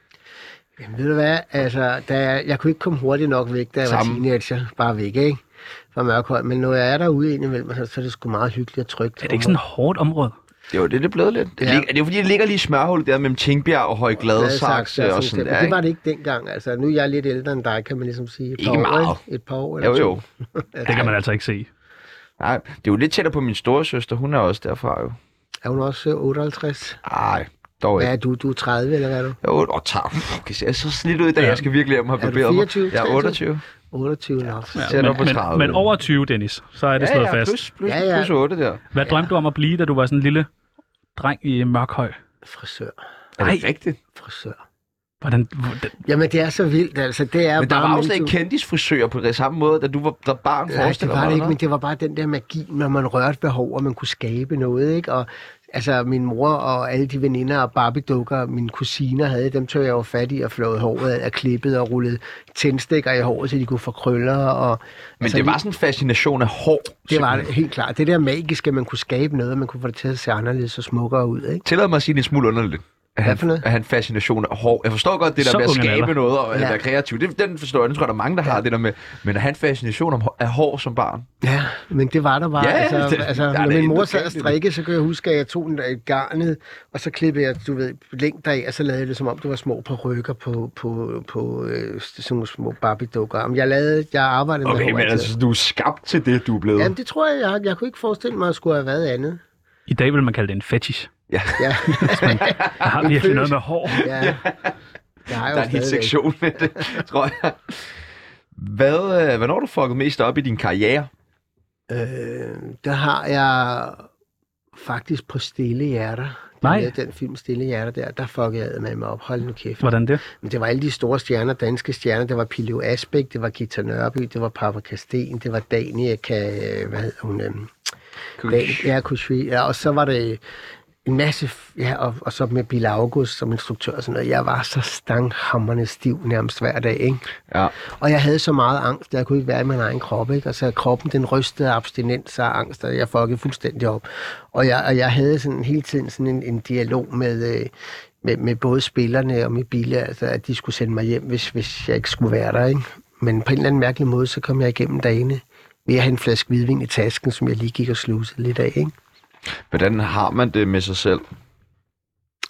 Jamen, ved du hvad? Altså, da jeg, jeg kunne ikke komme hurtigt nok væk, da jeg
Samme.
var teenager. Bare væk, ikke? Fra Mørkhøj. Men når jeg er derude indimellem, så, så er det sgu meget hyggeligt og trygt.
Er det ikke sådan et hårdt område?
Det er jo det, det er blevet lidt. Det,
Ja.
ja. ligger, det er jo fordi, det ligger lige i smørhullet der mellem Tingbjerg og Høje Gladsaxe og sådan
der.
der.
Det var
Ikke?
det ikke dengang. Altså, nu er jeg lidt ældre end dig, kan man ligesom sige. Et
Ikke
par
meget.
År, ikke? et par år eller
Jo,
to.
jo.
Det kan man altså ikke se.
Nej, det er jo lidt tættere på min storesøster. Hun er også derfra jo.
Er hun også øh, 58?
Ej, dog
Hvad
ikke.
er du? Du er 30, eller hvad er du?
Jeg er 8 og tager. Fuck, jeg ser så slidt ud i dag. Jeg skal virkelig hjem og
Er
have
du
barberet mig.
24,
Jeg er 28.
28 ja. nok.
Tæt op på
men,
30.
men over 20, Dennis, så er det
ja,
slået
ja,
fast.
plus, plus,
Ja, ja.
plus 8 der.
Hvad drømte du om at blive, da du var sådan en lille dreng i Mørkhøj?
Frisør.
Er det
Ej.
rigtigt?
Frisør.
Hvordan, hvordan,
Jamen, det er så vildt, altså. Det er
Men der
bare
var jo slet
mens
ikke
du-
kendisfrisører på det samme måde, da du var der barn.
Nej, det
forestiller
var
mig,
det ikke,
eller?
men det var bare den der magi, når man rørte ved hår, og man kunne skabe noget, ikke? Og altså, min mor og alle de veninder og barbiedukker, mine kusiner havde, dem tog jeg jo fat i og flåede håret af, og klippet og rullede tændstikker i håret, så de kunne få krøller. Og,
Men det var sådan en fascination af hår.
Altså, det var
simpelthen.
det, helt klart. Det der magiske, at man kunne skabe noget, og man kunne få det til at se anderledes og smukkere ud, ikke?
Tillad mig at sige det en smule underligt. At
Hvad for
han,
noget?
at han fascination af hår. Jeg forstår godt det der
Så
med at
ung en
skabe
alder.
noget og at
Ja.
være kreativ. Det, den forstår jeg. Den tror jeg, der er mange, der har det der med. Men at han fascination om- af hår som barn.
Ja, men det var der bare.
Ja,
Ja, altså,
det-
det, altså,
der er
når
da
min
intet
mor sad og
galt i det.
strikkede, så kan jeg huske, at jeg tog en, et garnet, og så klippede jeg, du ved, længt deri, og så lavede jeg det, som om det var små perukker på, på, på øh, sådan nogle små Barbie-dukker. Jamen, Jeg, lavede, jeg arbejdede med
Okay,
hår
men
altid.
altså, du er skabt til det, du er blevet.
Jamen, det tror jeg, jeg, jeg kunne ikke forestille mig, at jeg skulle have været andet.
I dag vil man kalde det en fetish.
Ja.
Ja,
Jeg har virkelig noget med hår.
ja. Jeg har jo
Der er en hel
stadigvæk-
sektion med det, tror jeg. Hvad, øh, hvornår har du fucket mest op i din karriere?
Øh, der har jeg faktisk på Stille Hjerter. Den
Nej.
der- Den film Stille Hjerter der, der fuckede jeg med mig op. Hold nu kæft.
Hvordan det?
Men det var alle de store stjerner, danske stjerner. Det var Pilo Asbæk, det var Gita Nørby, det var Paprika Sten, det var Danica, øh, hvad hedder hun? øhm, Dan- Ja, Kushvi. Ja, og så var det en masse, f- ja, og, og så med Bill August som instruktør og sådan noget. Jeg var så stanghammerne stiv nærmest hver dag, ikke?
Ja.
Og jeg havde så meget angst, at jeg kunne ikke være i min egen krop, ikke? Og så kroppen, den rystede af abstinens og angst, og jeg fuckede fuldstændig op. Og jeg, og jeg havde sådan hele tiden sådan en, en dialog med, øh, med, med både spillerne og med Bille, altså at de skulle sende mig hjem, hvis, hvis jeg ikke skulle være der, ikke? Men på en eller anden mærkelig måde, så kom jeg igennem dagene ved at have en flaske hvidvin i tasken, som jeg lige gik og slusede lidt af, ikke?
Hvordan har man det med sig selv?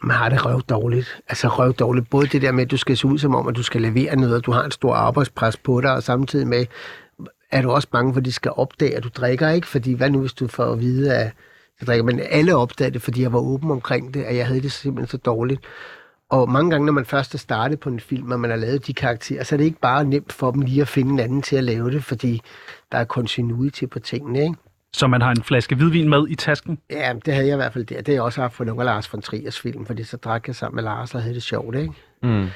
man har det røv dårligt. Altså røv dårligt. Både det der med, at du skal se ud som om, at du skal levere noget, og du har en stor arbejdspres på dig, og samtidig med, er du også bange for, at de skal opdage, at du drikker ikke, fordi hvad nu, hvis du får at vide, at jeg drikker, men alle opdagede det, fordi jeg var åben omkring det, at jeg havde det simpelthen så dårligt. Og mange gange, når man først er startet på en film, og man har lavet de karakterer, så er det ikke bare nemt for dem lige at finde en anden til at lave det, fordi der er continuity på tingene, ikke?
Så man har en flaske hvidvin med i tasken.
Ja, det havde jeg i hvert fald der. Det har jeg også haft for nogle af Lars von Triers film, fordi så drak jeg sammen med Lars og havde det sjovt, ikke?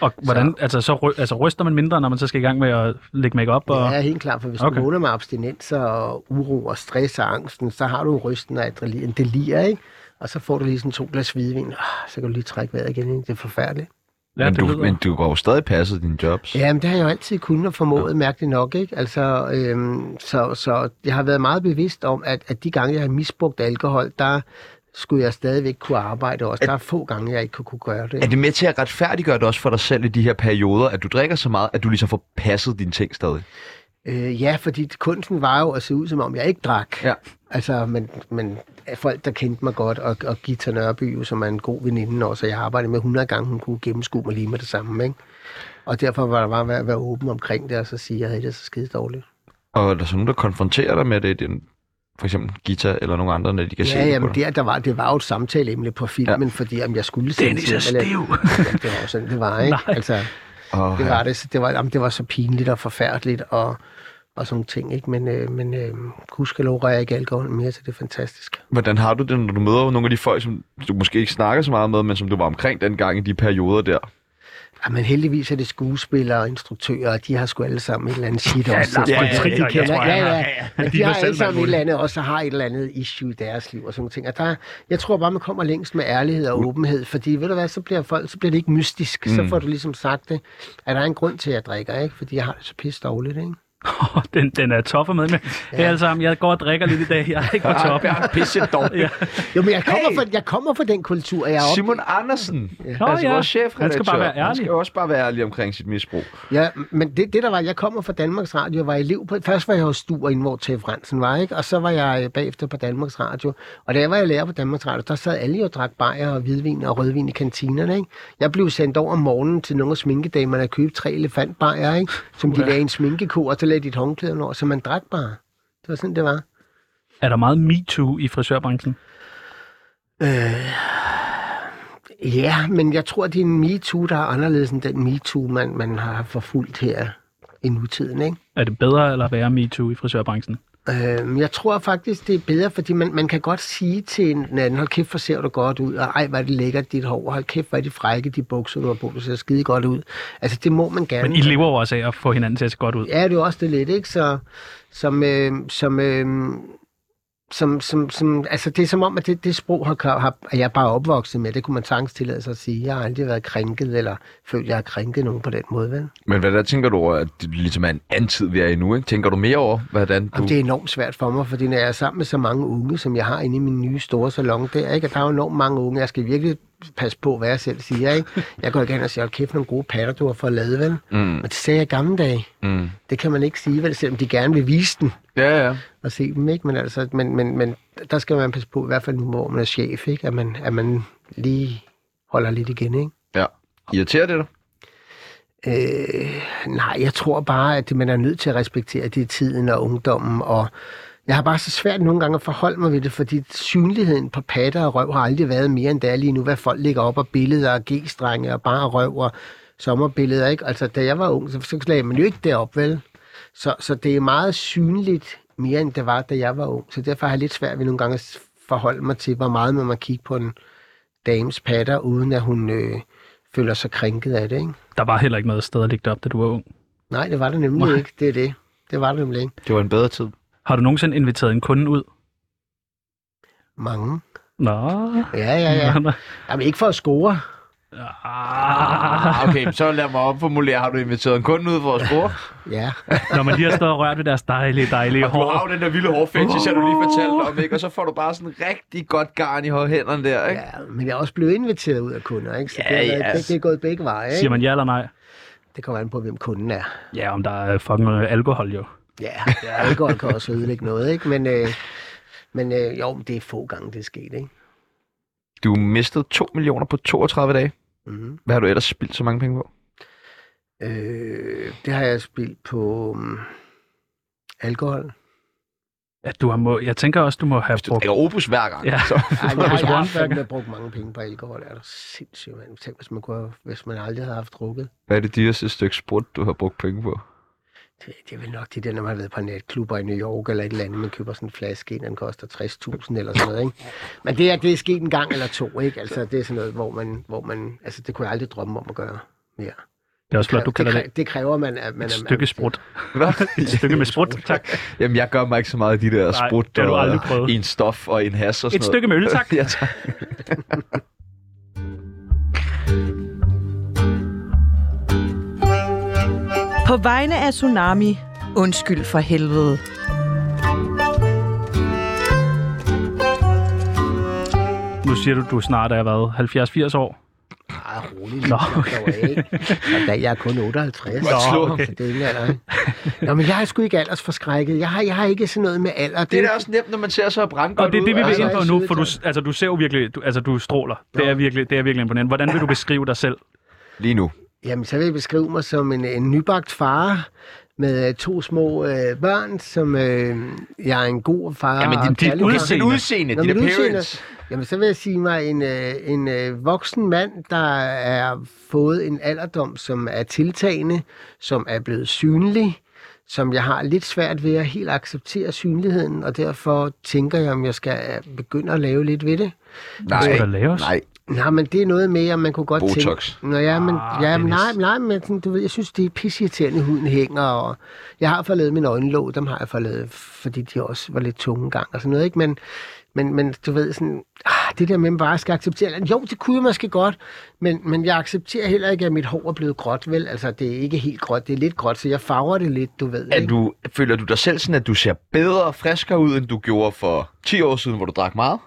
Og hvordan, så. altså, så ry, altså, ryster man mindre, når man så skal i gang med at lægge make op? Og...
Ja, helt klart, for hvis okay.
Okay.
du vågner med abstinens og uro og stress og angsten, så har du rysten og adrenalin, det liger, ikke? Og så får du lige sådan to glas hvidvin, Ah, så kan du lige trække vejret igen, ikke? Det er forfærdeligt.
Ja,
men,
det
du,
lyder-
men du går jo stadig passet dine jobs.
Ja, men det har jeg jo altid kunnet og formået, mærkeligt nok, ikke? Altså, øhm, så, så jeg har været meget bevidst om, at, at de gange, jeg har misbrugt alkohol, der skulle jeg stadigvæk kunne arbejde også. Der er få gange, jeg ikke kunne, kunne gøre det.
Er det med til at retfærdiggøre det også for dig selv i de her perioder, at du drikker så meget, at du ligesom får passet dine ting stadig?
Øh, ja, fordi kunsten var jo at se ud, som om jeg ikke drak.
Ja.
Altså, men, men folk, der kendte mig godt, og, og Gita Nørby, jo, som er en god veninde også, og jeg har arbejdet med 100 gange, hun kunne gennemskue mig lige med det samme, ikke? Og derfor var der bare at være åben omkring det, og så sige, at jeg havde det så skide dårligt.
Og er der så nogen, der konfronterer dig med det? Den, for eksempel Gita eller nogen andre, når de kan se
ja,
det
jamen,
på dig?
det, der var, det var jo et samtaleemne på filmen, ja. fordi om jeg skulle se
Dennis er stiv.
Jamen, det var jo sådan, det var, ikke?
Nej.
Altså,
Åh,
det
ja.
var det. Så Det var, jamen, det var så pinligt og forfærdeligt og, og sådan nogle ting, ikke? Men, øh, men øh, gudskelov rører jeg ikke alkohol mere, så det er fantastisk.
Hvordan har du det, når du møder nogle af de folk, som du måske ikke snakker så meget med, men som du var omkring dengang i de perioder der?
Jamen heldigvis er det skuespillere og instruktører, og de har sgu alle sammen et eller andet shit
Ja,
også.
Lars
Ja,
von
ja, ja,
Trier,
de
jeg
kender,
tror,
ja,
jeg
ja,
har-
Men
De
de
er
har
selv
alle sammen et
valgt
eller andet, og så har et eller andet issue i deres liv og sådan nogle ting. Og der, jeg tror bare, man kommer længst med ærlighed
Mm.
og åbenhed, fordi ved du hvad, så bliver, folk, så bliver det ikke mystisk. Mm. Så får du ligesom sagt det, at der er en grund til, at jeg drikker, ikke? fordi jeg har det så pisse dårligt. Ikke?
Åh, den, den er tof at med. med. Ja. Hey, alle sammen, jeg går og drikker lidt i dag. Jeg er ikke på top.
pisse dog.
Ja.
Jo, men jeg kommer, hey! fra, jeg kommer fra den kultur, jeg er op.
Simon Andersen, ja.
Nå,
altså
ja.
vores chefredaktør,
Han skal bare være
Han skal
ærlig.
også bare være ærlig omkring sit misbrug.
Ja, men det, det der var, jeg kommer fra Danmarks Radio, jeg var elev på, først var jeg hos Stur, inden hvor T. Fransen var, ikke? og så var jeg øh, bagefter på Danmarks Radio. Og da jeg var lærer på Danmarks Radio, der sad alle jo og drak bajer og hvidvin og rødvin i kantinerne. Ikke? Jeg blev sendt over om morgenen til nogle af sminkedamerne og købte tre elefantbajer, ikke? som de lagde i en sminkeko, og så lagde de et håndklæde under, så man drak bare. Det var sådan, det var.
Er der meget MeToo i frisørbranchen?
Øh, Ja, men jeg tror, det er en MeToo, der er anderledes end den MeToo, man, man har forfulgt her i nutiden. Ikke?
Er det bedre eller værre MeToo i frisørbranchen?
Øhm, jeg tror faktisk, det er bedre, fordi man, man kan godt sige til en anden, hold kæft, hvor ser du godt ud, og ej, hvor er det lækkert, dit hår, og hold kæft, hvor er de frække, de bukser, du har på, du ser skide godt ud. Altså, det må man gerne.
Men I lever jo også af at få hinanden til at se godt ud.
Ja, det er jo også det lidt, ikke? Så, som, øh, som, øh, som, som, som, altså det er som om, at det, det sprog, har, har, at jeg bare er opvokset med, det kunne man sagtens tillade sig at sige. Jeg har aldrig været krænket, eller følt, jeg har krænket nogen på den måde, vel?
Men hvad der tænker du over, at det ligesom er en anden tid, vi er i nu? Ikke? Tænker du mere over, hvordan du...
Jamen, det er enormt svært for mig, fordi når jeg er sammen med så mange unge, som jeg har inde i min nye store salon der, ikke? og der er jo enormt mange unge, jeg skal virkelig passe på, hvad jeg selv siger. Ikke? Jeg går ikke hen og siger, "Hold kæft, nogle gode patter, du har fået lavet, vel? Mm. Men det sagde jeg i gamle dage.
Mm.
Det kan man ikke sige, vel? selvom de gerne vil vise den
Ja, ja.
og se dem. Ikke? Men, altså, men, men, men der skal man passe på, i hvert fald nu, hvor man er chef, ikke? At, man, at man lige holder lidt igen. Ikke?
ja. Irriterer det dig?
Øh, nej, jeg tror bare, at man er nødt til at respektere, at det er tiden og ungdommen, og jeg har bare så svært nogle gange at forholde mig ved det, fordi synligheden på patter og røv har aldrig været mere end det er lige nu, hvad folk ligger op og billeder og g-strenge og bare røv og sommerbilleder, ikke? Altså, da jeg var ung, så, så lagde man jo ikke det op, vel? Så, så det er meget synligt mere, end det var, da jeg var ung. Så derfor har jeg lidt svært ved nogle gange at s- forholde mig til, hvor meget man må kigge på en dames patter, uden at hun øh, føler sig krænket af det, ikke?
Der var heller ikke noget sted at lægge det op, da du var ung.
Nej, det var det nemlig
Nej.
Nej. ikke. Det er det. Det var det nemlig ikke.
Det var en bedre tid.
Har du nogensinde inviteret en kunde ud?
Mange.
Nå.
Ja, ja, ja. Jamen ikke for at score.
Ah.
Ah, okay, så lad mig opformulere. Har du inviteret en kunde ud for at score?
Ja.
Når man lige har stået og rørt ved deres dejlige, dejlige
Du har
hår.
jo den der vilde hårfetish, jeg du lige fortalte om, ikke? Og så får du bare sådan rigtig godt garn i hænderne der, ikke?
ja. Men jeg er også blevet inviteret ud af kunder, ikke? Så
Ja,
det, har
ja.
været, det, det er gået begge veje, ikke?
Siger man ja eller nej?
Det kommer an på, hvem kunden er.
Ja, om der er fucking øh, alkohol jo.
Ja, alkohol kan også ødelægge noget, ikke? Men, øh, men øh, jo, det er få gange, det er sket, ikke?
Du mistede 2 millioner på 32 dage.
Mm-hmm.
Hvad har du ellers spildt så mange penge på?
Øh, det har jeg spildt på um, alkohol.
Ja, du har må, jeg tænker også, du må have
Hvis du
brugt...
drikker opus hver gang, altså.
Ja.
så
Ej,
Hvis
jeg har,
du
jeg
er
har
en burger.
fandme brugt mange penge på alkohol. Er der sindssygt, mand. Tænk, hvis man, kunne, have- hvis man aldrig havde haft drukket.
hvad er det dyreste stykke sprut, du har brugt penge på?
Det, det er vel nok de der, når man har været på natklubber i New York eller et eller andet. Man køber sådan en flaske ind, den koster 60.000 eller sådan noget, ikke? Men det er, det er sket en gang eller to, ikke? Altså, det er sådan noget, hvor man... Hvor man altså, det kunne jeg aldrig drømme om at gøre mere.
Det er også flot, du kalder
det,
det
kræver, det kræver man, at man
et
er-
stykke sprut.
Hvad?
Et stykke med sprut, tak.
Jamen, jeg gør mig ikke så meget af de der
Nej,
sprut
det har du aldrig prøvet.
og en stof og en has og sådan
Et stykke med øl, tak.
noget. ja, tak.
På vegne af Tsunami, undskyld for helvede.
Nu siger du, du snart er været 70-80 år.
Ah, rolig. Nå, okay. Jeg, jeg er kun 58.
Nå, okay.
Så det er ingen alder, ikke? Nå, men jeg er sgu ikke aldersforskrækket. Jeg har, jeg har ikke sådan noget med alder.
Det er da også nemt, når man ser så brændt
Og det er det, vi vil
altså,
ind på nu, for du,
søde
altså, du ser jo virkelig, du, altså, du stråler. Det er, virkelig, det er virkelig imponerende. Hvordan vil du beskrive dig selv?
Lige nu.
Jamen, så vil jeg beskrive mig som en, en nybagt far med øh, to små øh, børn, som øh, jeg er en god far.
Jamen,
og
dit, dit,
kærlig far.
udseende, dit udseende,
Nå,
dit
mit udseende-
appearance.
Jamen, så vil jeg sige mig en, øh, en øh, voksen mand, der er fået en alderdom, som er tiltagende, som er blevet synlig, som jeg har lidt svært ved at helt acceptere synligheden, og derfor tænker jeg, om jeg skal øh, begynde at lave lidt ved det.
Nej,
skal der laves?
nej.
Nej, men det er noget med, at man kunne godt tænke...
Botox.
Nå, ja, men,
Ah,
ja, men
Dennis.
nej, nej, men sådan, du ved, jeg synes, det er pisseirriterende, huden hænger, og jeg har forladet mine øjenlåg, dem har jeg forladet, fordi de også var lidt tunge engang og sådan noget, ikke? Men, men, men du ved, sådan, ah, det der med, at man bare skal acceptere, jo, det kunne jeg måske godt, men, men jeg accepterer heller ikke, at mit hår er blevet gråt, vel? Altså, det er ikke helt gråt, det er lidt gråt, så jeg farver det lidt, du ved,
Er
ikke?
du, føler du dig selv sådan, at du ser bedre og friskere ud, end du gjorde for 10 år siden, hvor du drak meget?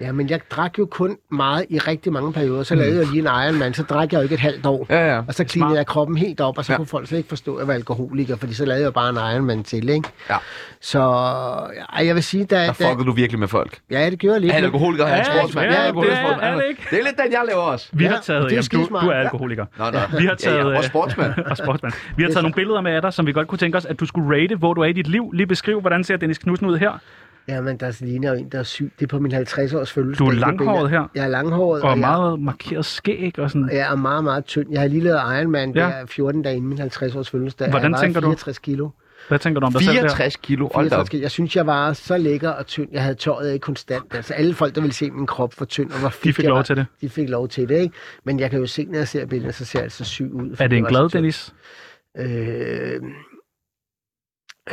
Ja, men jeg drak jo kun meget i rigtig mange perioder, så lavede jeg lige en Ironman, så drak jeg jo ikke et halvt år.
Mm. Ja, ja.
Og så cleanede jeg kroppen helt op, og så ja. kunne folk slet ikke forstå, at jeg var alkoholiker, fordi så lavede jeg jo bare en Ironman til, ikke?
Ja.
Så ej, jeg vil sige, da,
Der
da,
fuckede du virkelig med folk.
ja, det gjorde jeg lidt.
Han er
men-
alkoholiker, han er
Ja,
sportsmand.
ja,
Han er
det er-
alkoholikersportsmand.
er det ikke?
Det er lidt den, jeg laver også.
Vi
Ja,
har taget...
det er
Jamen, du,
skidesmart.
du er
Ja.
alkoholiker.
Nå, nå.
Vi har taget,
Ja, ja, og
øh,
sportsmand.
og sportsmand. Vi har taget nogle billeder med af dig, som vi godt kunne tænke os, at du skulle rate, hvor du er i dit liv. Lige beskriv, hvordan ser Dennis Knudsen ud her?
Jamen, der ligner jo en, der er syg. Det er på min 50-års fødselsdag.
Du er
det billede.
langhåret her.
Jeg er langhåret,
Og
jeg,
meget markeret skæg og sådan.
jeg er meget, meget tynd. Jeg har lige lavet Ironman
Ja.
ja. der 14 dage inden min 50-års fødselsdag.
Hvordan
jeg vejede
tænker du?
64 kilo.
Hvad tænker du om dig selv der?
64 kilo. Hold da op.
64 kilo. Jeg synes, jeg var så lækker og tynd. Jeg havde tøjet ikke konstant. Altså, alle folk, der ville se min krop for tynd, og hvor fit
De fik
jeg
lov
var,
til det.
De fik lov til det, ikke? Men jeg kan jo se, når jeg ser billeder, så ser jeg altså syg ud.
Er
fordi
det en
jeg
glad
var så tynd.
Dennis?
øh,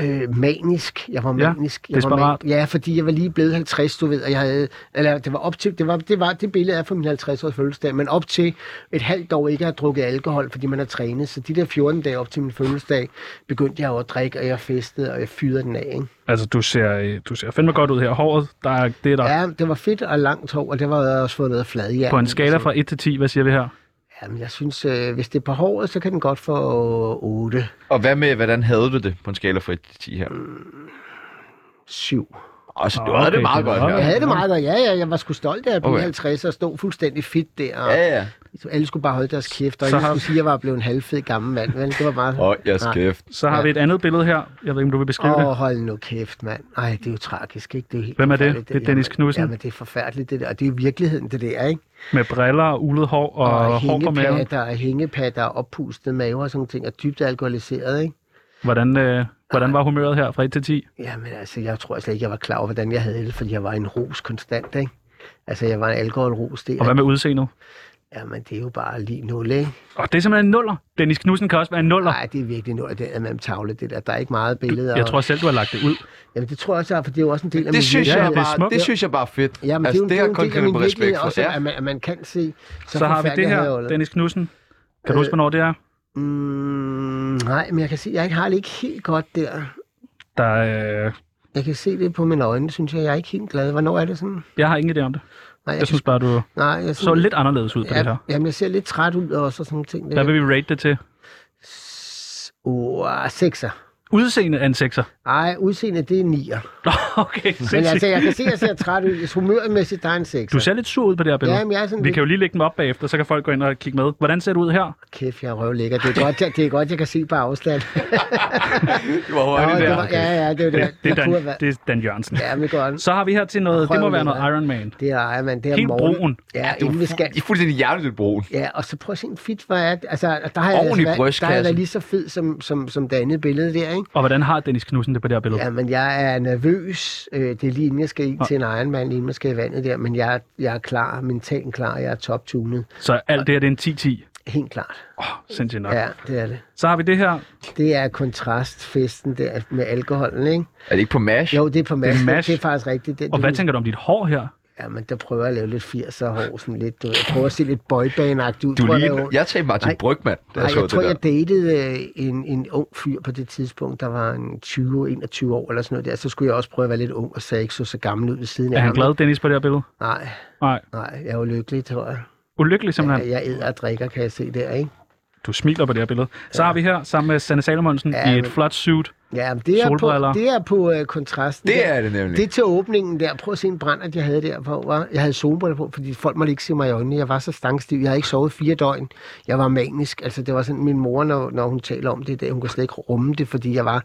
øh, manisk. Jeg var
Ja,
manisk. jeg Var
desperat.
man- ja, fordi jeg var lige blevet 50, du ved, og jeg havde, eller det var op til, det var, det var det billede er fra min 50-års fødselsdag, men op til et halvt år ikke at have drukket alkohol, fordi man har trænet. Så de der 14 dage op til min fødselsdag, begyndte jeg jo at drikke, og jeg festede, og jeg fyrede den af, ikke?
Altså, du ser, øh, du ser fandme godt ud her. Håret, der er, det er der.
Ja, det var fedt og langt hår, og det var jeg også fået noget fladhjern.
På en skala fra 1 til 10, hvad siger vi her?
Jamen, jeg synes, øh, hvis det er på håret, så kan den godt få 8,
Og hvad med, hvordan havde du det på en skala fra 1 til 10 her?
7.
Altså, du
Nå,
havde det
okay,
meget
det
godt
var-
her.
Jeg havde det meget godt. Ja, ja, jeg var sgu stolt af at blive
Okay.
okay. 50 og stå fuldstændig fedt der. Og
Ja, ja.
Alle skulle bare holde deres kæft, og
Så
ingen
har-
skulle sige, at jeg var blevet en halvfed gammel mand. Vel? Det var meget...
Åh, jeg er
Nej.
skæft.
Så har vi et andet billede her. Jeg ved ikke, om du vil beskrive
Åh,
det.
oh, hold nu kæft, mand. Nej, det er jo tragisk, ikke? Det er jo helt
Hvem er det?
forfærdeligt,
Det er Dennis
Jamen,
Knudsen.
Jamen, det er forfærdeligt, det der. Og det er jo virkeligheden, det der, ikke?
Med briller og ulet hår og, og hår på maven.
hængepatter, og hængepatter, og oppustede maver og sådan nogle ting, og dybt alkoholiseret, ikke?
Hvordan, øh, hvordan var humøret her fra 1 til 10?
Jamen altså, jeg tror slet ikke, jeg var klar over, hvordan jeg havde det, fordi jeg var en ros konstant, ikke? Altså, jeg var en alkoholros, det
Og hvad med udseendet?
Jamen, det er jo bare lige nul, ikke?
Og det er simpelthen en nuller. Dennis Knudsen kan også være en nuller.
Nej, det er virkelig noget af det der med tavle, det der. Der er ikke meget billeder.
Jeg tror selv, du har lagt det ud.
Jamen, det tror jeg også, er, for det er jo også en del af
Det
min
synes,
Ja,
jeg er
virkelighed.
det er
bare,
smukt.
det synes jeg bare er fedt.
Ja, men
altså,
det er jo
har
en,
jeg
det er
kun
jo en
kæmpe
del af min
respekt
virkelighed
for.
også,
Ja.
at, man, at man kan se. Så,
Så har vi det
forfærdeligt har jeg
her,
jo lavet.
Dennis Knudsen. Kan du huske, hvornår det er?
Mm, nej, men jeg kan se, jeg ikke har det ikke helt godt der.
Der, øh,
Jeg kan se det på mine øjne, synes jeg. Jeg er ikke helt glad. Hvornår er det sådan?
jeg har ingen idé om det.
Nej, jeg,
Jeg synes bare, du
nej, jeg
så lidt anderledes ud på det her.
ja, Jamen, jeg ser lidt træt ud også, og sådan nogle ting.
Hvad
Der
vil vi rate det til?
Åh, sekser.
Udseende af en sekser.
Nej, udseende, det er nier.
Nå, okay.
Men altså,
sindssygt.
jeg kan se, at jeg ser træt ud. Humørmæssigt, der er en sekser.
Du ser lidt sur ud på det her billede.
Jamen, jeg er sådan
Vi
lidt-
kan jo lige lægge dem op bagefter, så kan folk gå ind og kigge med. Hvordan ser det ud her?
Kæft, jeg er røvlækker. Det er godt, jeg, det er godt, jeg kan se på afstand.
Det var
Nå,
hurtigt
det
der.
var, ja, ja, det var det.
Ja, det, er
Jeg kunne have
Dan,
været-
det er Dan Jørgensen.
Ja, men godt.
Så har vi her til noget, det må
Prøv
være
lige,
noget Iron Man.
Det er Iron Man. Det er
Helt
morgen.
brun.
Ja, inden vi skal.
I er fuldstændig hjernedødt broen.
Ja, og så prøv at se en fit, hvor er det? Altså, der har jeg, altså
Ordentlig
været, der har jeg
brystkasse.
været lige så fed som, som, som det andet billede der, ikke?
Og hvordan har Dennis Knudsen det på det her billede?
Jamen, jeg er nervøs. Øh, Det er lige inden jeg skal ind til en egen mand, inden jeg skal i vandet der, men jeg, jeg er klar, mentalt klar, jeg er toptunet.
Så alt det her, det er en 10-10.
Helt klart.
Åh, sindssygt nok.
Ja, det er det.
Så har vi det her.
Det er kontrastfesten der med alkoholen, ikke?
Er det ikke på MASH?
Jo, det er på mash. Det er,
mash.
det er faktisk rigtigt. Det,
Og hvad
du-
tænker du om dit hår her?
Jamen, der prøver jeg at lave lidt 80'er hår, sådan lidt. Du, ved. jeg prøver at se lidt boybaneagtigt ud.
Du
Prøver at
lige...
lave-
Jeg tager Martin
Nej.
Brygman, da jeg
Nej,
så
jeg
det
tror,
der.
jeg datede øh, en, en ung fyr på det tidspunkt, der var en 20-21 år eller sådan noget der. Så skulle jeg også prøve at være lidt ung og sagde ikke så, så gammel ud ved siden
Er
af
han glad, Dennis, på det her billede?
Nej,
Nej.
nej, jeg er jo lykkelig, tror jeg.
Ulykkelig simpelthen.
Jeg, jeg æder og drikker, kan jeg se der, ikke?
Du smiler på det her billede. Så har vi her sammen med Sanne Salomonsen
Ja,
i et
men-
flot suit.
Ja, men det er
Solbriller.
på, det er på øh, kontrasten.
Det
der.
er det nemlig.
Det er til åbningen der. Prøv at se en brand, at jeg havde der på. Var. Jeg havde solbriller på, fordi folk måtte ikke se mig i øjnene. Jeg var så stangstiv. Jeg havde ikke sovet fire døgn. Jeg var manisk. Altså, det var sådan, min mor, når, når hun taler om det, der, hun kunne slet ikke rumme det, fordi jeg var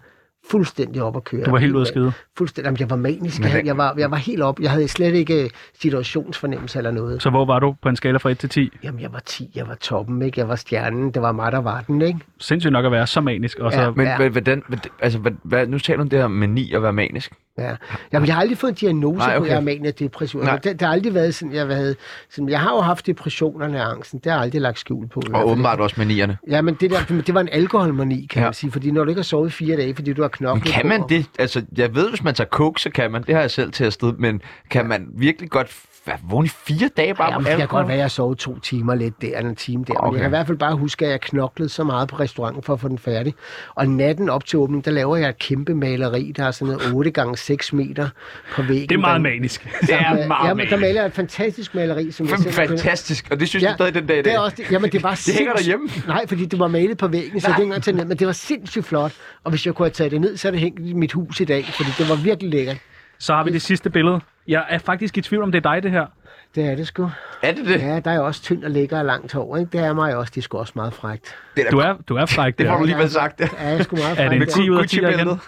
fuldstændig op at køre.
Du var helt ude at skide.
Fuldstændig. Jamen, jeg var manisk.
Men
Jeg,
den-
jeg, var, jeg var helt op. Jeg havde slet ikke øh, situationsfornemmelse eller noget.
Så hvor var du på en skala fra 1 til 10?
Jamen, jeg var 10. Jeg var toppen, ikke? Jeg var stjernen. Det var mig, der var den, ikke?
Sindssygt nok at være så manisk. Og så,
Ja.
ja.
Men
Ja.
hvad- hvordan, hvad- altså, hvad- hvad, nu taler du om det her mani og være manisk.
Ja. Jamen, jeg har aldrig fået en diagnose
Nej,
Nej, okay.
okay.
på, jeg er mania depression.
Nej.
Det, det, har aldrig været sådan, jeg havde... Sådan, jeg har jo haft depressionerne og angsten. Det har jeg aldrig lagt skjul på. i hvert
Og
fald.
åbenbart også manierne.
Ja, men det, der, men det var en alkoholmani, kan
Ja.
ja. man sige. Fordi når du ikke har sovet fire dage, fordi du har
Men
knoklet...
kan
på-
man det? Altså, jeg ved, hvis man tager coke, så kan man. Det har jeg selv testet. Men kan man virkelig godt være vågen i fire dage bare
Jamen,
på
jeg kan
alkohol?
godt være, at jeg sov to timer lidt der, eller en time der. Okay. Men
Okay.
jeg kan i hvert fald bare huske, at jeg knoklede så meget på restauranten for at få den færdig. Og natten op til åbningen, der laver jeg et kæmpe maleri, der er sådan noget 8 gange 6 meter på væggen.
Det er meget
Der-
manisk. Det er
ja,
meget
men der
manisk.
maler jeg et fantastisk maleri, som jeg
Fan-
selv har fundet-
Fantastisk. Og det synes du stadig den dag i
det
dag.
er også det. Jamen, det var
Det hænger
sindssygt-
derhjemme.
Nej, fordi det var malet på væggen, så det er ikke engang taget ned. Men det var sindssygt flot. Og hvis jeg kunne have taget det ned, så er det hængt i mit hus i dag, fordi det var virkelig lækkert.
Så har vi det sidste billede. Jeg er faktisk i tvivl om, det er dig, det her.
Det er det sgu.
Er det det?
Ja, der er jo også tynd og lækker og langt hår, ikke? Det er mig også. Det er sgu også meget frægt.
Det, er
Du
da-
er, du er fræk,
det
der.
har du lige
Ja,
vel sagt. Det.
Ja, jeg er sgu meget
Er
frægt.
det en
ja.
10 ud af 10 igen?
Gucci-billedet.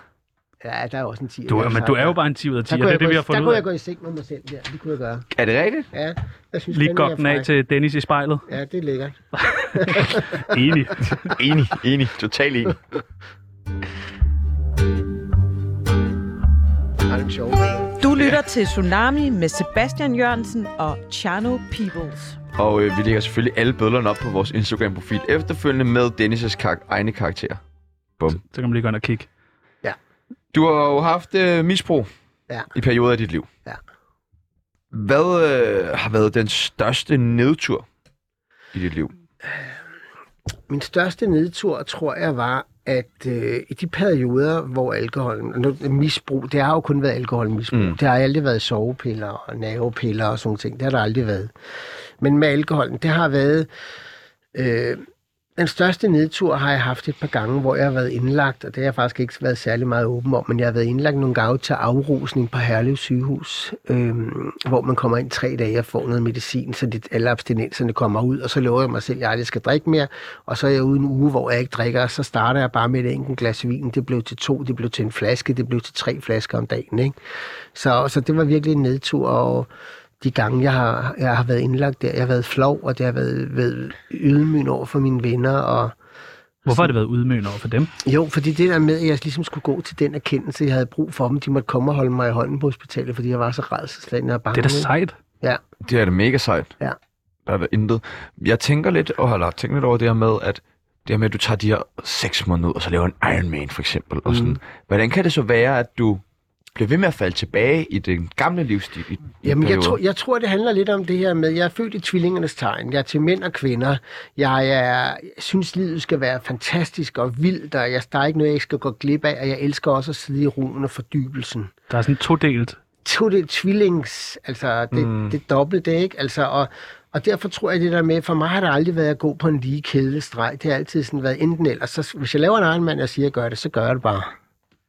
Ja, der er også en 10.
Du, er- men du er jo bare en 10 ud af 10,
der
og
kunne,
det er
jeg
det,
gå,
vi har
i- der
fundet ud
kunne jeg
af.
gå i seng med mig selv der. Det kunne jeg gøre.
Er det rigtigt?
Ja, jeg synes,
Lige
fandme, jeg
godt
er
den af
fræk.
til Dennis i spejlet.
Ja, det er lækkert.
Enig.
Enig, enig. Total enig.
Har du en sjov en?
Du lytter til Tsunami med Sebastian Jørgensen og Chano Peoples.
Og øh, vi lægger selvfølgelig alle billederne op på vores Instagram-profil efterfølgende med Dennis' kar- egne karakterer.
Så kan man lige gå ind og kigge.
Du har jo haft øh, misbrug
Ja.
i perioder af dit liv.
Ja.
Hvad øh, har været den største nedtur i dit liv?
Min største nedtur, tror jeg, var, at øh, i de perioder, hvor alkoholen, nu- misbrug, det har jo kun været alkoholmisbrug,
Mm.
mm. det har aldrig været sovepiller og nervepiller og sådan nogle ting, det har der aldrig været. Men med alkoholen, det har været, øh, den største nedtur har jeg haft et par gange, hvor jeg har været indlagt, og det har jeg faktisk ikke været særlig meget åben om, men jeg har været indlagt nogle gange til afrusning på Herlev sygehus, øh, hvor man kommer ind tre dage og får noget medicin, så det, alle abstinenserne kommer ud, og så lover jeg mig selv, at jeg aldrig skal drikke mere, og så er jeg ude en uge, hvor jeg ikke drikker, og så starter jeg bare med et enkelt glas vin. Det blev til to, det blev til en flaske, det blev til tre flasker om dagen. Ikke? Så, så det var virkelig en nedtur, og de gange, jeg har, jeg har været indlagt der, jeg har været flov, og det har været, været ydmyg over for mine venner, og
Hvorfor har det været ydmygende over for dem?
jo, fordi det der med, at jeg ligesom skulle gå til den erkendelse, jeg havde brug for dem, de måtte komme og holde mig i hånden på hospitalet, fordi jeg var så rædselslagen og bange.
Det er da
ikke?
sejt.
Ja,
Det er da mega sejt.
Ja.
Der er da intet. Jeg tænker lidt, og har lagt tænkt lidt over det her med, at det her med, at du tager de her seks måneder ud, og så laver en Iron Man for eksempel. Og
Mm.
sådan. Hvordan kan det så være, at du bliver ved med at falde tilbage i den gamle livsstil? I, i
Jamen, jeg,
perioder?
tror, jeg tror, det handler lidt om det her med, jeg er født i tvillingernes tegn. Jeg er til mænd og kvinder. Jeg, er, jeg synes, livet skal være fantastisk og vildt, og jeg, der er ikke noget, jeg ikke skal gå glip af, og jeg elsker også at sidde i roen og fordybelsen.
Der er sådan todelt.
to det tvillings, altså det, mm. det dobbelte, ikke? Altså, og, og derfor tror jeg det der med, for mig har det aldrig været at gå på en lige kedelig streg. Det har altid sådan været enten eller. Så hvis jeg laver en egen mand, og siger, at jeg gør det, så gør jeg det bare.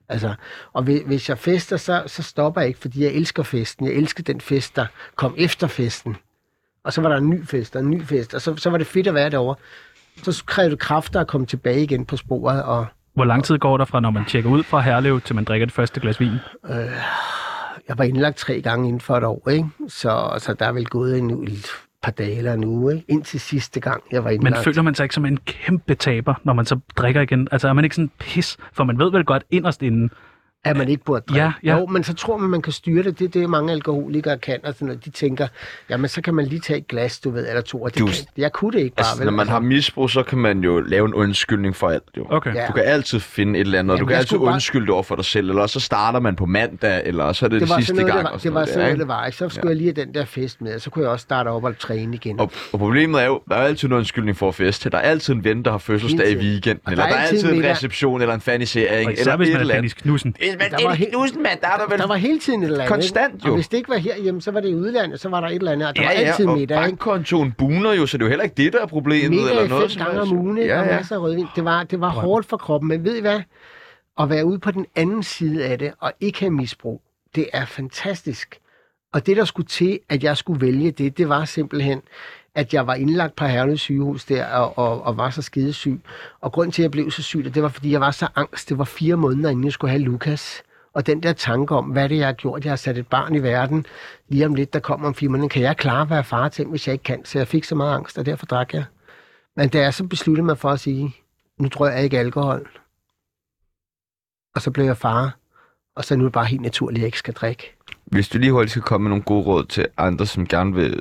Altså, og hvis, hvis jeg fester, så, så stopper jeg ikke, fordi jeg elsker festen. Jeg elsker den fest, der kom efter festen. Og så var der en ny fest, og en ny fest, og så, så var det fedt at være derovre. Så krævede det kræfter at komme tilbage igen på sporet, og
Hvor lang tid går der fra, når man tjekker ud fra Herlev, til man drikker det første glas vin?
jeg var indlagt tre gange inden for et år, ikke? Så, så der er vel gået en, et par dage eller en uge, ikke? indtil sidste gang, jeg var
Men
indlagt.
føler man sig ikke som en kæmpe taber, når man så drikker igen? Altså er man ikke sådan pis? For man ved vel godt inderst inden,
At man ikke burde drikke.
Ja, ja.
Jo, men så tror man, man kan styre det. Det er det, mange alkoholikere kan. Og sådan noget. De tænker, jamen så kan man lige tage et glas, du ved, eller to. Og det
Du-
kan, jeg kunne det ikke bare.
Altså, når man har misbrug, så kan man jo lave en undskyldning for alt. Jo.
Okay.
Du kan altid finde et eller andet, og du
Jamen,
kan
jeg
altid
skulle bare-
undskylde det over for dig selv, eller også så starter man på mandag, eller så er det,
det
det
var
sidste
sådan noget,
gang.
det var,
og
det var
noget
sådan
der,
noget,
ikke?
det var. Ikke? Så skulle ja. jeg lige have den der fest med, og så kunne jeg også starte op og træne igen.
Og, og problemet er jo, der er altid en undskyldning for at feste. Der er altid en ven, der har fødselsdag i
Hele tiden.
weekenden.
Og
Eller der er altid en
middag.
reception, eller en
og
fanny-seering,
især
eller
hvis
et eller
man er
andet.
Dennis Knudsen.
Hvis man
Der
er
var
Dennis
helt-
Knudsen, mand, der er der vel...
Der var hele tiden et eller andet.
Konstant,
ikke?
jo.
Og hvis det ikke var herhjemme, så var det i udlandet, så var der et eller andet. Og der var altid
og
middag. ikke?
bankkontoen buner jo, så det er jo heller ikke det, der er problemet.
Middag
eller noget,
fem
som
gange
helst.
om ugen, ikke? Altså-
Ja,
og
ja.
masser af rødvin. Det var, det var hårdt for kroppen, men ved I hvad? At være ude på den anden side af det, og ikke have misbrug, det er fantastisk. Og det, der skulle til, at jeg skulle vælge det, det var simpelthen, at jeg var indlagt på Herlev sygehus der, og, og, og var så skidesyg. Og grunden til, at jeg blev så syg, det var, fordi jeg var så angst. Det var fire måneder, inden jeg skulle have Lukas. Og den der tanke om, hvad det er, jeg har gjort, jeg har sat et barn i verden, lige om lidt, der kommer om fire måneder, kan jeg klare at være far til, hvis jeg ikke kan? Så jeg fik så meget angst, og derfor drak jeg. Men da jeg så besluttede mig for at sige, nu tror jeg ikke alkohol, og så blev jeg far, og så er det nu bare helt naturligt, at jeg ikke skal drikke.
Hvis du lige hurtigt skal komme med nogle gode råd til andre, som gerne vil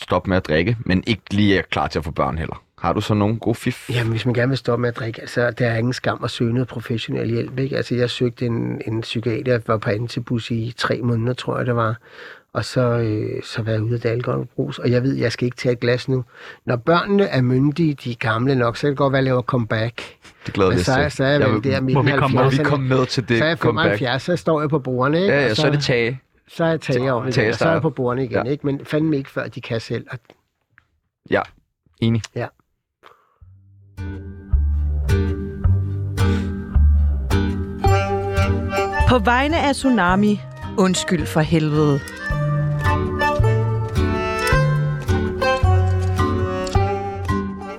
stoppe med at drikke, men ikke lige er klar til at få børn heller. Har du så nogle gode fif?
Jamen, hvis man gerne vil stoppe med at drikke, altså, der er ingen skam at søge noget professionel hjælp, ikke? Altså, jeg søgte en, en psykiater, jeg var på antibus i tre måneder, tror jeg, det var. Og så, øh, så var jeg ude af det alkoholbrus, og jeg ved, jeg skal ikke tage et glas nu. Når børnene er myndige, de er gamle nok, så kan det godt være, at jeg laver comeback.
Det glæder
Men
vi os
så er,
til.
så er jeg
Jeg
vel
vil-
der midt
Må vi
i
komme-
Må vi
70'erne.
komme med til det
så er jeg
comeback?
75, så står jeg på bordene, ikke?
Ja, ja,
Og
så er det tage.
så er jeg tager om
Tage
igen, og så er
starter.
jeg på bordene igen,
Ja.
ja. ikke? Men fandme ikke, før de kan selv. Og
Ja, enig.
På vegne af Tsunami, undskyld for helvede.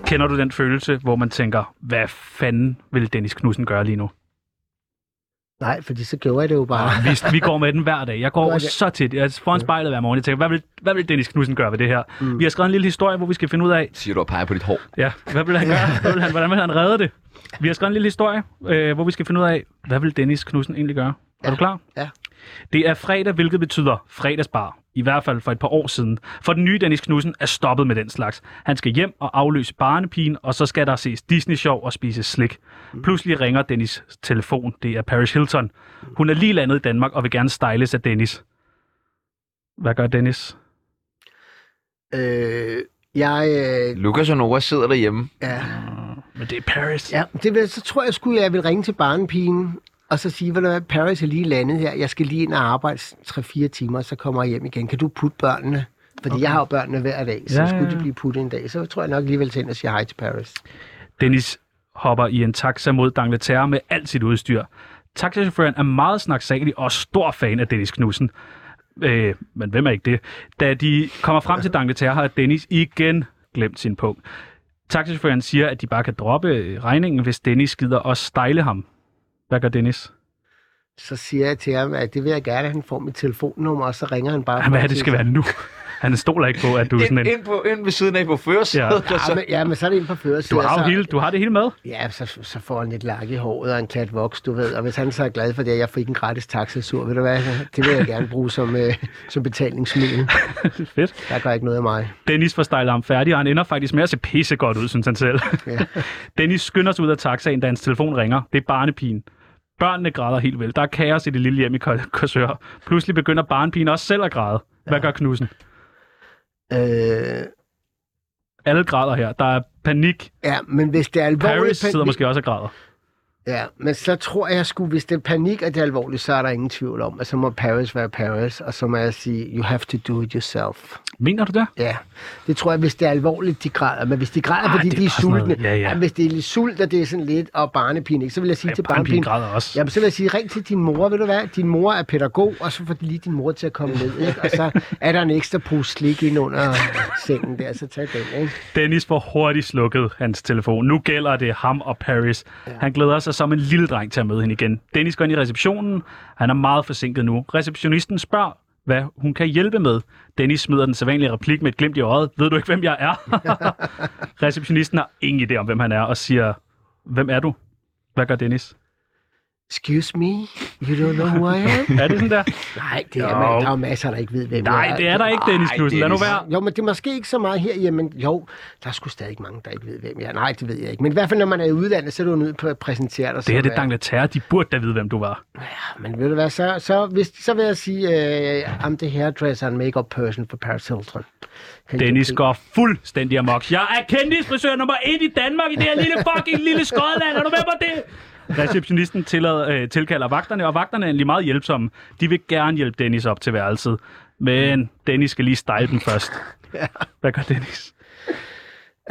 Kender du den følelse, hvor man tænker, hvad fanden vil Dennis Knudsen gøre lige nu?
Nej, fordi så gjorde jeg det jo bare.
Vi, vi går med den hver dag. Jeg går
Gør
over
det.
så tit. Jeg er foran spejlet hver morgen. Jeg tænker, hvad vil, hvad vil Dennis Knudsen gøre ved det her? Mm. Vi har skrevet en lille historie, hvor vi skal finde ud af,
Siger du og peger på dit hår.
ja, hvad vil han gøre? Hvad vil han, hvordan vil han redde det? Vi har skrevet en lille historie, øh, hvor vi skal finde ud af, hvad vil Dennis Knudsen egentlig gøre? Er du klar?
Ja.
Det er fredag, hvilket betyder fredagsbar. I hvert fald for et par år siden. For den nye Dennis Knudsen er stoppet med den slags. Han skal hjem og afløse barnepigen, og så skal der ses Disney-show og spise slik.
Mm.
Pludselig ringer Dennis' telefon. Det er Paris Hilton. Hun er lige landet i Danmark og vil gerne styles af Dennis. Hvad gør Dennis?
Øh, jeg, øh,
Lukas og Nora sidder derhjemme.
ja,
Men det er Paris.
ja, det vil, så tror jeg sgu, jeg vil ringe til barnepigen, og så sige, hvad der Paris er lige landet her. Jeg skal lige ind og arbejde 3-4 timer, så kommer jeg hjem igen. Kan du putte børnene? Fordi okay. jeg har jo børnene hver dag,
Ja,
så ja,
ja,
skulle
ja.
de blive puttet en dag, så tror jeg nok alligevel til ind og sige hej til Paris.
Dennis hopper i en taxa mod Dangleterre med alt sit udstyr. Taxachaufføren er meget snaksalig og stor fan af Dennis Knudsen. Øh, men hvem er ikke det? Da de kommer frem til Dangleterre, har Dennis igen glemt sin punkt. Taxachaufføren siger, at de bare kan droppe øh, regningen, hvis Dennis gider og stejle ham. Hvad gør Dennis?
Så siger jeg til ham, at det vil jeg gerne, at han får mit telefonnummer, og så ringer han bare.
Hvad er det, det skal være nu? Han stoler ikke på, at du er sådan
Ind,
en...
ind, på, ind ved siden af på førersædet. Ja.
Ja, men, ja, men så er det ind på førersiden.
Du har, jo
så-
hele, du har det hele med.
Ja, så, så får han lidt lak i håret og en klat voks, du ved. Og hvis han så er glad for det, at jeg fik en gratis taxasur, ved du hvad? Det vil jeg gerne bruge som, øh, som betalingsmiddel.
Fedt.
Der gør ikke noget af mig.
Dennis får stylet ham færdig, og han ender faktisk med at se pissegodt ud, synes han selv.
Ja.
Dennis skynder sig ud af taxaen, da hans telefon ringer. Det er barnepigen. Børnene græder helt vel. Der er kaos i det lille hjem i Kor- Korsør. Pludselig begynder barnepigen også selv at græde. Hvad gør Knudsen?
Øh,
Alle græder her. Der er panik.
ja, men hvis det er alvorligt...
Paris sidder måske også og græder.
Ja, men så tror jeg sgu, hvis det er panik, og det er alvorligt, så er der ingen tvivl om, at så må Paris være Paris, og så må jeg sige, you have to do it yourself.
Mener du det?
Ja, det tror jeg, hvis det er alvorligt, de græder. Men hvis de græder,
Ah,
fordi
det er
de er
bare sådan noget.
sultne,
Ja, ja.
hvis det er lidt sult, og det er sådan lidt, og barnepine, ikke, så vil jeg sige
Ja,
til
barnepigen
barnepigen,
græder også.
Jamen, så vil jeg sige, ring til din mor, ved du hvad? Din mor er pædagog, og så får de lige din mor til at komme ned, ikke? Og så er der en ekstra pose slik ind under sengen der, så tag den, ikke?
Dennis får hurtigt slukket hans telefon. Nu gælder det ham og Paris. Ja. Han glæder sig som en lille dreng til at møde hende igen. Dennis går ind i receptionen. Han er meget forsinket nu. Receptionisten spørger, hvad hun kan hjælpe med. Dennis smider den sædvanlige replik med et glimt i øjet. Ved du ikke, hvem jeg er? Receptionisten har ingen idé om, hvem han er, og siger, hvem er du? Hvad gør Dennis?
Excuse me, you don't know who I am?
Er det sådan der?
Nej, det
Jo.
er, man, der er jo masser, der ikke ved, hvem jeg
Nej, det er der ikke, Dennis
Ej,
Knudsen. Lad nu
Dennis.
være.
Jo, men det er måske ikke så meget her. Jamen, jo, der er sgu stadig mange, der ikke ved, hvem jeg er. Nej, det ved jeg ikke. Men i hvert fald, når man er i udlandet, så er du nødt til at præsentere dig.
Det her,
som,
det er
øh,
Dangleterre. De burde da vide, hvem du var.
Ja, men ved du hvad, så, så, hvis, så vil jeg sige, øh, I'm the hairdresser and makeup person for Paris Hilton. Kan I
Dennis
se?
går fuldstændig amok. Jeg er kendisfrisør nummer 1 i Danmark i det her lille fucking lille Skotland. Er du med på det? Receptionisten tillader, øh, tilkalder vagterne, og vagterne er egentlig meget hjælpsomme. De vil gerne hjælpe Dennis op til værelset. Men Dennis skal lige style den først. Hvad gør Dennis?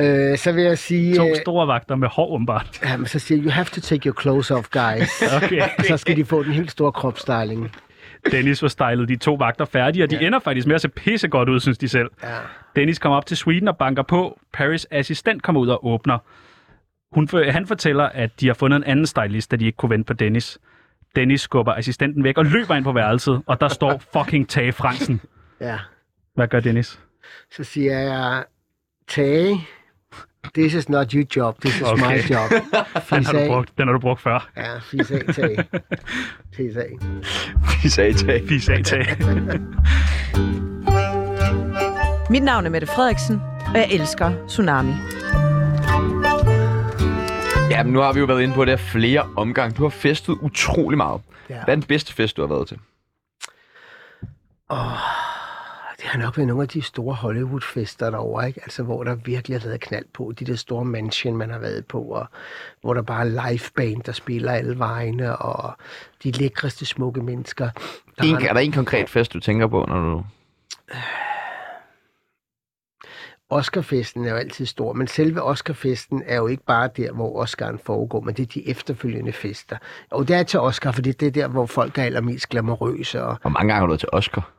Øh, så vil jeg sige,
To
øh,
store vagter med hår, åbenbart.
jamen, så siger jeg, you have to take your clothes off, guys.
Okay.
Og så skal de få den helt store kropstyling.
Dennis var stylet de to vagter færdige, og de ender faktisk med at se pissegodt ud, synes de selv.
Ja.
Dennis kommer op til Sweden og banker på. Paris assistent kommer ud og åbner. Hun, for- han fortæller, at de har fundet en anden stylist, da de ikke kunne vente på Dennis. Dennis skubber assistenten væk og løber ind på værelset, og der står fucking Tage Fransen.
ja.
Hvad gør Dennis?
Så siger jeg, Tage, this is not your job, this is
Okay.
okay. my job.
Den har,
Fis
du
af.
brugt, den har du brugt før.
Ja, fis af, Tage. Fis af.
Vi sagde tag.
Fis af, Tage.
Mit navn er Mette Frederiksen, og jeg elsker Tsunami.
Jamen, nu har vi jo været inde på det her flere omgange. Du har festet utrolig meget.
Ja.
Hvad er den bedste fest, du har været til?
Det har nok været nogle af de store Hollywood-fester derovre, ikke? Altså, hvor der virkelig har været knald på. De der store mansion, man har været på, og hvor der bare er live band, der spiller alle vegne, og de lækreste, smukke mennesker. Der
En,
har
er der en konkret fest, du tænker på, når du...
Oscarfesten er jo altid stor, men selve Oscarfesten er jo ikke bare der, hvor Oscaren foregår, men det er de efterfølgende fester. Og det er til Oscar, fordi det er der, hvor folk er allermest glamourøse, og
Hvor mange gange har du været til Oscar?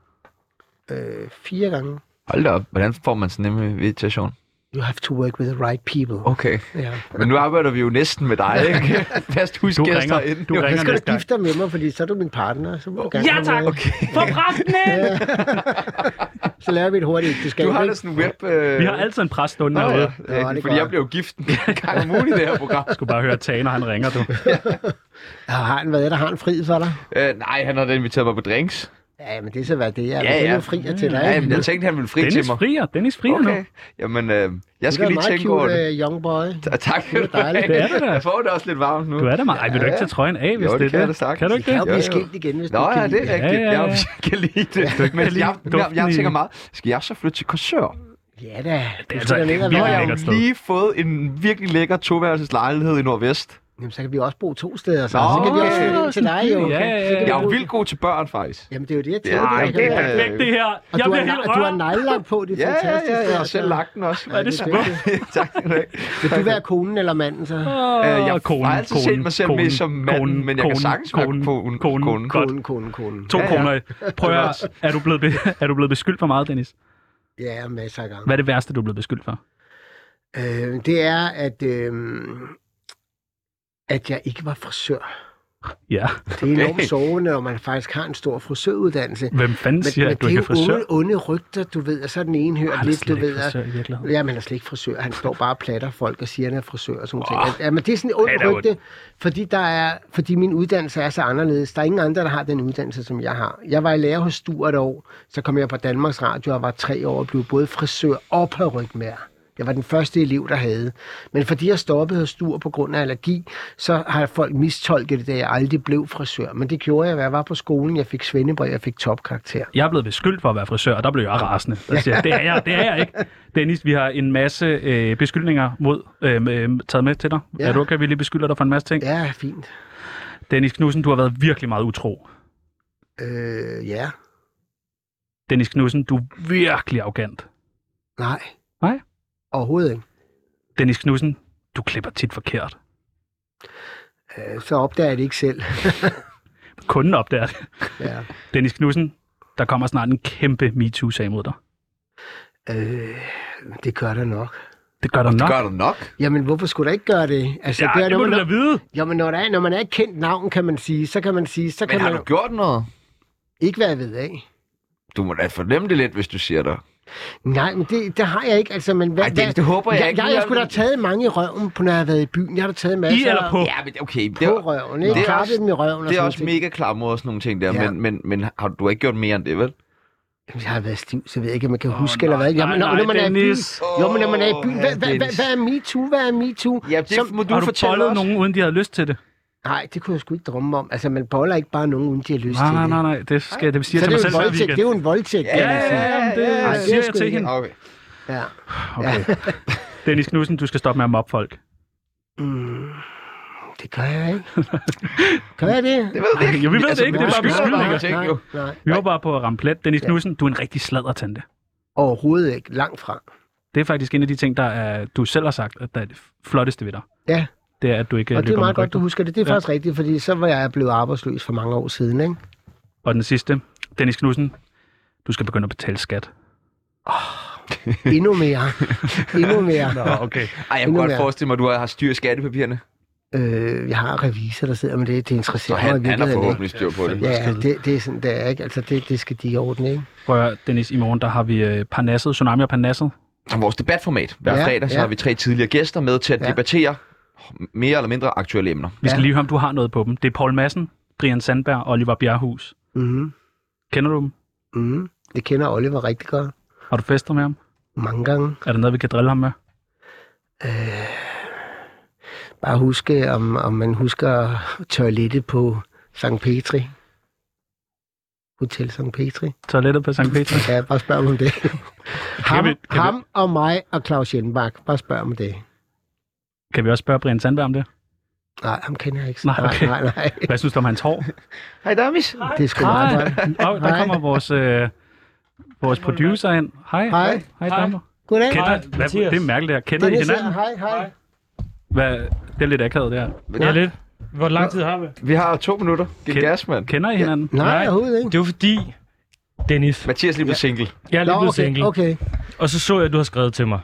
øh, fire gange,
Hold da op. Hvordan får man sådan en øh, invitation?
you have to work with the right people.
Okay.
Ja.
Men nu arbejder vi jo næsten med dig, ikke? Fast
Du
husgæster
ringer.
inden.
Du
Så
ringer
skal
næste
du
gang.
gifte dig med mig, fordi så er du min partner. Så
Oh.
må du gerne
Ja
komme
tak!
med.
For præsten!
Så laver vi et hurtigt ægteskab.
Du har
ikke?
da sådan en web... Øh...
Vi har altid en præst
Nå,
stående
ja,
derude.
ja,
Nå, det er
fordi
godt.
jeg bliver jo gift en gang om ugen i det her program.
Du bare høre Tage, når han ringer, du.
Ja, Har han været der? Har han fri for dig?
Øh, nej, han har da inviteret mig på drinks.
Ja, men det er så, hvad det er.
Ja,
Ja, ja.
ja.
Du frier til dig.
Ja,
ikke?
jamen, jeg tænkte, han ville fri til
Dennis
mig.
frier. Dennis frier
Okay.
nu.
Jamen, øh, jeg
Du er
skal
en
lige
meget
tænke
cute,
over det.
øh, young boy.
Ta- Tak.
Det er dejligt.
Det er det da.
Jeg får det også lidt varmt nu.
Du er der meget. Ej, vil du ikke tage trøjen af, hvis
Jo, det
det
kan
er
jeg da
det?
sagtens.
Kan du ikke
Jeg
det?
kan jo
Ja,
blive
ja.
skilt igen, hvis
Nå,
du
ja,
kan
det
lide
er rigtigt.
Ja, ja, ja.
Jeg, jeg kan lide det. Men
kan lide
jeg, jeg, jeg
duften i-
tænker meget, skal jeg så flytte til Korsør?
Ja da. Du
altså
skal derned og
virkelig
Nu har
være-
jeg
lækkert
jo
sted.
lige fået en virkelig lækker toværelseslejlighed i Nordvest.
Jamen, så kan vi også bo to steder. Så,
Nå,
så kan vi også
okay.
flytte ind til dig, jo.
Ja, ja, ja.
Jeg er jo vildt god til børn, faktisk.
Jamen, det er jo det, jeg
Ja,
tænker.
ej,
ikke?
det er perfekt.
Væk det her.
Og
Jeg
du
bliver
har,
helt
og du har
rørt.
nejlagt på, det
Ja,
er
ja,
fantastisk.
ja, jeg har
altså.
selv lagt den også.
er det
Det er dygtigt.
tak skal du have.
Vil du være konen eller manden, så?
Øh, jeg
Konen,
har altid set
konen,
mig selv
konen,
mest som manden,
konen,
men jeg kan
konen,
sagtens være
konen,
konen.
konen,
Konen.
godt.
Konen, konen, konen.
To
Ja, ja.
kroner. Prøv at høre, er du, blevet be- er du blevet beskyldt for meget, Dennis?
Ja, masser af gange.
Hvad er det værste, du er blevet beskyldt for?
Øh, det er, at, øh, at jeg ikke var frisør.
Ja,
Det er enormt sårende, når man faktisk har en stor frisøruddannelse.
hvem fanden
Men,
siger,
men
at du
det
ikke
er
er frisør?
onde, onde rygter, du ved, og så er den ene hørt
Han er
lidt, du
slet ikke
ved. at-
frisør i virkeligheden.
Ja, men han er slet ikke frisør. Han står bare og platter folk og siger, at han er frisør og sådan noget. Ja, men det er sådan et ondt
Ja, det er
rygte, fordi, der er, fordi min uddannelse er så anderledes. Der er ingen andre, der har den uddannelse, som jeg har. Jeg var i lærer hos Stuart et år, så kom jeg på Danmarks Radio og var tre år og blev både frisør og perrygmær. Jeg var den første elev, der havde. Men fordi jeg stoppede hos Stur på grund af allergi, så har folk mistolket det, at jeg aldrig blev frisør. Men det gjorde jeg, hvad jeg var på skolen. Jeg fik svendebrev, jeg fik topkarakter.
Jeg er blevet beskyldt for at være frisør, og der blev jeg rasende. Der siger, jeg, det er jeg, det er jeg ikke. Dennis, vi har en masse øh, beskyldninger mod, øh, med- taget med til dig. Ja.
Ja.
Er du okay, vi lige beskylder dig for en masse ting? Ja.
Ja, fint.
Dennis Knudsen, du har været virkelig meget utro.
Øh, ja.
Dennis Knudsen, du er virkelig arrogant.
Nej.
Nej?
Overhovedet ikke.
Dennis Knudsen, du klipper tit forkert.
Øh, så opdager jeg det ikke selv.
Kunden opdager det.
ja.
Dennis Knudsen, der kommer snart en kæmpe MeToo-sag mod dig.
øh, det gør der nok.
Det gør der
Det
nok.
gør du nok.
Jamen, hvorfor skulle der ikke gøre det? Altså,
Ja,
er
det
når
må
man-
du da vide.
Jamen, når, der er, når man er et kendt navn, kan man sige, så kan man sige, så
Men
kan
har
man
du
jo
gjort noget?
ikke være ved af.
Du må da fornemme det lidt, hvis du siger det.
Nej, men det, det har jeg ikke. Altså, men hvad,
Ej, det-
hvad-
det håber jeg ikke.
Jeg, jeg, jeg skulle da have taget mange i røven, på, når jeg har været i byen. Jeg har da taget masser
I eller på?
Ja, men okay. Det
på
er,
røven, ikke?
Det er
Det er
også-
dem i røven og
det er
sådan
også
noget.
mega klam og sådan nogle ting der,
Ja.
men, men, men har du har ikke gjort mere end det, vel?
Jamen, Jeg har været stiv, så jeg ved jeg ikke, om man kan
Åh,
huske eller
nej,
hvad. Jamen,
nej,
når,
nej,
når man er i byen,
Dennis.
jo, men når man er i
Åh,
byen,
ja,
hvad, hvad, hvad,
Dennis.
hvad er MeToo? Hvad er MeToo?
Ja, det
Som-
må du
har du
fortælle
bollet
os.
nogen, uden de havde lyst til det?
Nej, det kunne jeg sgu ikke drømme om. Altså, man boller ikke bare nogen, uden de har lyst
Nej,
til
nej,
det.
nej, nej. Det, skal, det siger
Så
jeg
det
til mig selv hver
er, jo en voldtægt,
weekend.
det er jo en voldtægt,
Ja,
kan man
ja,
sige.
ja.
Jamen, det
Ej, det
siger
er
jeg
sgu
til
ikke-
hende.
Okay.
Ja.
Okay. Dennis Knudsen, du skal stoppe med at mobbe folk.
Mm, det gør jeg ikke. Gør jeg det?
Det ved vi ikke.
Jo, vi ved det ikke, det er bare
beskylder dig.
beskyldninger.
ting, jo.
Nej, nej,
Vi var bare på at ramme plet. Dennis Knudsen, du er en rigtig sladdertante.
overhovedet ikke. Langt fra.
Det er faktisk en af de ting, der er, du selv har sagt, at der er det flotteste ved dig.
Ja,
Det er, at du ikke
og det er
løber
meget
med
godt, du husker det. Det er
Ja.
faktisk rigtigt, fordi så var jeg blevet arbejdsløs for mange år siden, ikke?
rygter. Og den sidste, Dennis Knudsen, du skal begynde at betale skat.
Endnu mere. Endnu mere.
okay.
Ej, jeg
Endnu
kunne godt
mere.
forestille mig, at du har styr i skattepapirerne.
Øh, jeg har revisor, der sidder med det. Det
Så
interesserer mig
han,
i
han har
virkeligheden ikke.
forhåbentlig styr på det.
Ja, det, det er sådan, det er ikke. Altså, det, det skal de ordne, ikke?
Prøv at høre, Dennis, i morgen der har vi øh, Parnasset, Tsunami og Parnasset.
Som vores debatformat. Hver
Ja,
fredag så
ja.
har vi tre tidligere gæster med til at
Ja.
debattere mere eller mindre aktuelle emner.
Vi skal
Ja.
lige høre, om du har noget på dem. Det er Paul Madsen, Brian Sandberg og Oliver Bjerrehus.
Mhm.
Kender du dem?
Mhm. Det kender Oliver rigtig godt.
Har du festet med ham?
Mange gange. Øh,
Er der noget, vi kan drille ham med?
Bare huske, om, om man husker toilettet på Sankt Petri. Hotel Sankt Petri.
Toilettet på Sankt Peter?
Ja, bare spørg mig om det. ham,
vi- kan
ham og mig og Claus Jenbak. Bare spørg om det.
Kan vi også spørge Brian Sandberg om det?
Nej, ham kender jeg ikke. så-
Nej, okay.
nej, nej. nej.
Hvad synes du om hans hår?
Hej, Damis.
Det er sgu meget godt.
Og der
Hej.
kommer vores, øh, vores producer ind. Hej.
Hej.
Hej, damer.
Goddag.
Kender,
Hej,
hvad,
Mathias.
det er mærkeligt, jeg kender I
Dennis,
hinanden.
hej, hej.
Hvad, det er lidt akavet, det her.
Ja, lidt. Hvor lang tid har vi?
Vi har to minutter. Giv
Kend-
gas, mand.
Kender I hinanden?
Nej, overhovedet ikke.
Det var fordi, Dennis,
Mathias lige blev single.
jeg er lige
Nå,
blevet
okay,
single,
okay.
og så så jeg, at du har skrevet til mig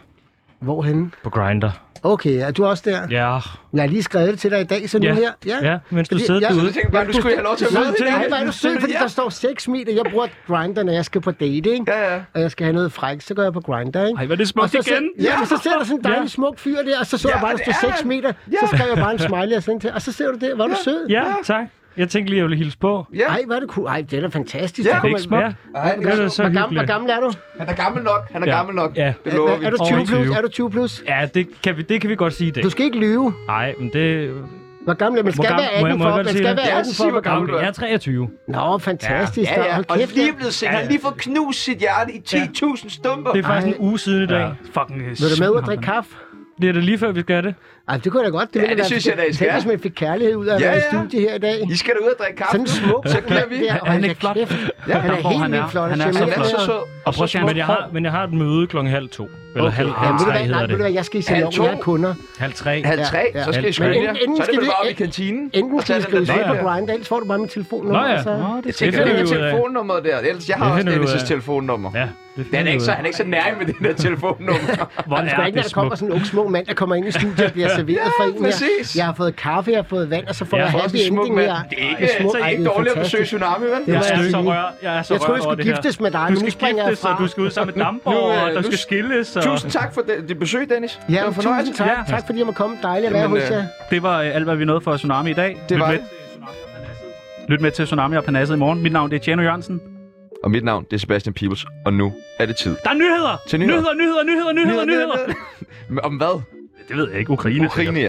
Hvorhenne?
på Grindr.
Okay, er du også der?
Ja,
Jeg har lige skrevet det til dig i dag, så nu
ja,
her.
ja mens du
Fordi
sidder
jeg-
derude.
Jeg tænkte bare, du skulle have lov til at møde
tænker-
Nej,
hinanden.
hvor er du sød, fordi der står 6 meter. Jeg bruger Grindr, når jeg skal på dating,
Ja, ja.
og jeg skal have noget fræk, så går jeg på Grindr, ikke?
Ej, hvor er det
Og
smukt
så,
igen.
så, ja, men så ser der sådan en dejlig
Ja.
smuk fyr der, og så så jeg bare, der står 6 meter, så skrev jeg bare en smiley og sådan til, og så ser du det, hvor er du sød.
Ja, tak. Jeg tænkte lige, at jeg ville hilse på.
Ja.
Ej, hvor er det cool. Ej, det er da fantastisk.
Ja.
Det kunne
Det er
man-
ikke smukt.
Ja,
Ej, det
det er
er-
da så
Hvor gammel, hvor
hyggeligt.
gammel er du?
han er gammel nok. Han er
Ja.
gammel nok.
Ja.
Det lover vi.
Er du 20 plus?
20.
Er du 20 plus?
Ja, det kan vi, det kan vi godt sige i dag.
Du skal ikke lyve.
Nej, men det...
Hvor gammel er man?
Hvor
Skal
gammel-
være
må jeg-
18
må jeg
for,
godt
man
sige
skal
det?
være
Ja,
18
sig,
for,
hvor
hvor gammel
gammel
du
du
Jeg er 23.
er. Nå, fantastisk.
Ja, ja.
Hold
Og
kæft,
lige
ja.
blevet single. Han har lige fået knust sit hjerte i 10.000 stumper.
Det er faktisk en uge siden i dag.
Ja, fucking øh,
Vil du med ud
svin
og
ham,
drikke
mand.
kaffe?
Det er da lige før, vi skal det.
Ej, det kunne jeg da godt. Det, ville
det
være
synes
fedt.
jeg da, I skal.
Tænk, hvis man fik kærlighed ud af at
Ja,
være i
ja.
studiet her i dag.
I skal da ud og drikke kaffe.
Sådan en smuk.
Så giver vi.
Der, og
han er
da
flot.
kæft.
Ja.
Han er
Hvor
helt
han er.
vildt flot.
Han er så
Han
charmerende.
er så sød.
Og prøv at se,
Men jeg har, men jeg har et møde klokken halv to. Eller halv,
Ja,
halv
ved du
tre
hvad, nej,
hedder
ved du
det.
hvad, jeg skal i salon,
to.
jeg har kunder.
Halv tre.
Halv tre,
Ja, ja.
så skal I
Men
skynde jer.
inden- inden
Så er det
skal
vel
vi-
bare op i kantinen.
Enten
og
skal
tage
jeg
den der-
skrive sig
Nå,
på
ja.
Grind, ellers får du bare mit
Nå
telefonnummer.
ja.
og så-
Nå, det
Det
tænker
finder
kan
jeg.
vi
være
ud af.
telefonnummeret der. Ellers, jeg har
Det
også
finder vi ud af.
Dennis' telefonnummer.
Ja, det
Det er han
finder
ikke, så,
vi
han er ikke så nær med det der telefonnummer.
Hvor
Det er
er
ikke, når
det
der kommer
smukt.
sådan en ung små mand, der kommer ind i studiet og bliver serveret for en
præcis.
her. Jeg har fået kaffe, jeg har fået vand, og så får
Ja,
jeg
for
Også
happy
en smuk
ending
mand.
her.
Det er ikke, så er det ikke dårligt at besøge Tsunami, vel?
Ja.
Ja.
Jeg er
Sygt.
så rørt. Jeg er så
Jeg troede,
rørt
jeg
over
skulle
det her.
giftes med dig,
Du
men nu
skal
springer jeg
giftes, og
fra.
du skal ud sammen med
Nu, øh,
Damborg, og der
nu
skal
s-
skilles. Og...
Tusind tak for det, det besøg, Dennis.
Ja,
det var en fornøjelse.
tusind tak.
Ja.
Tak fordi jeg måtte komme. Dejligt at være
Jamen,
hos
øh,
jer.
Det var øh, alt, hvad vi nåede for Tsunami i dag. Lyt
var
med
det.
til Tsunami og Parnasset. Lyt med til Tsunami og Panasset i morgen. Mit navn det er Tjano Jørgensen.
Og mit navn, det er Sebastian Peebles, og nu er det tid.
Der er nyheder!
Til nyheder.
nyheder, nyheder, nyheder, nyheder, nyheder.
Om hvad?
Det ved jeg ikke. Ukraine.
Ukraine,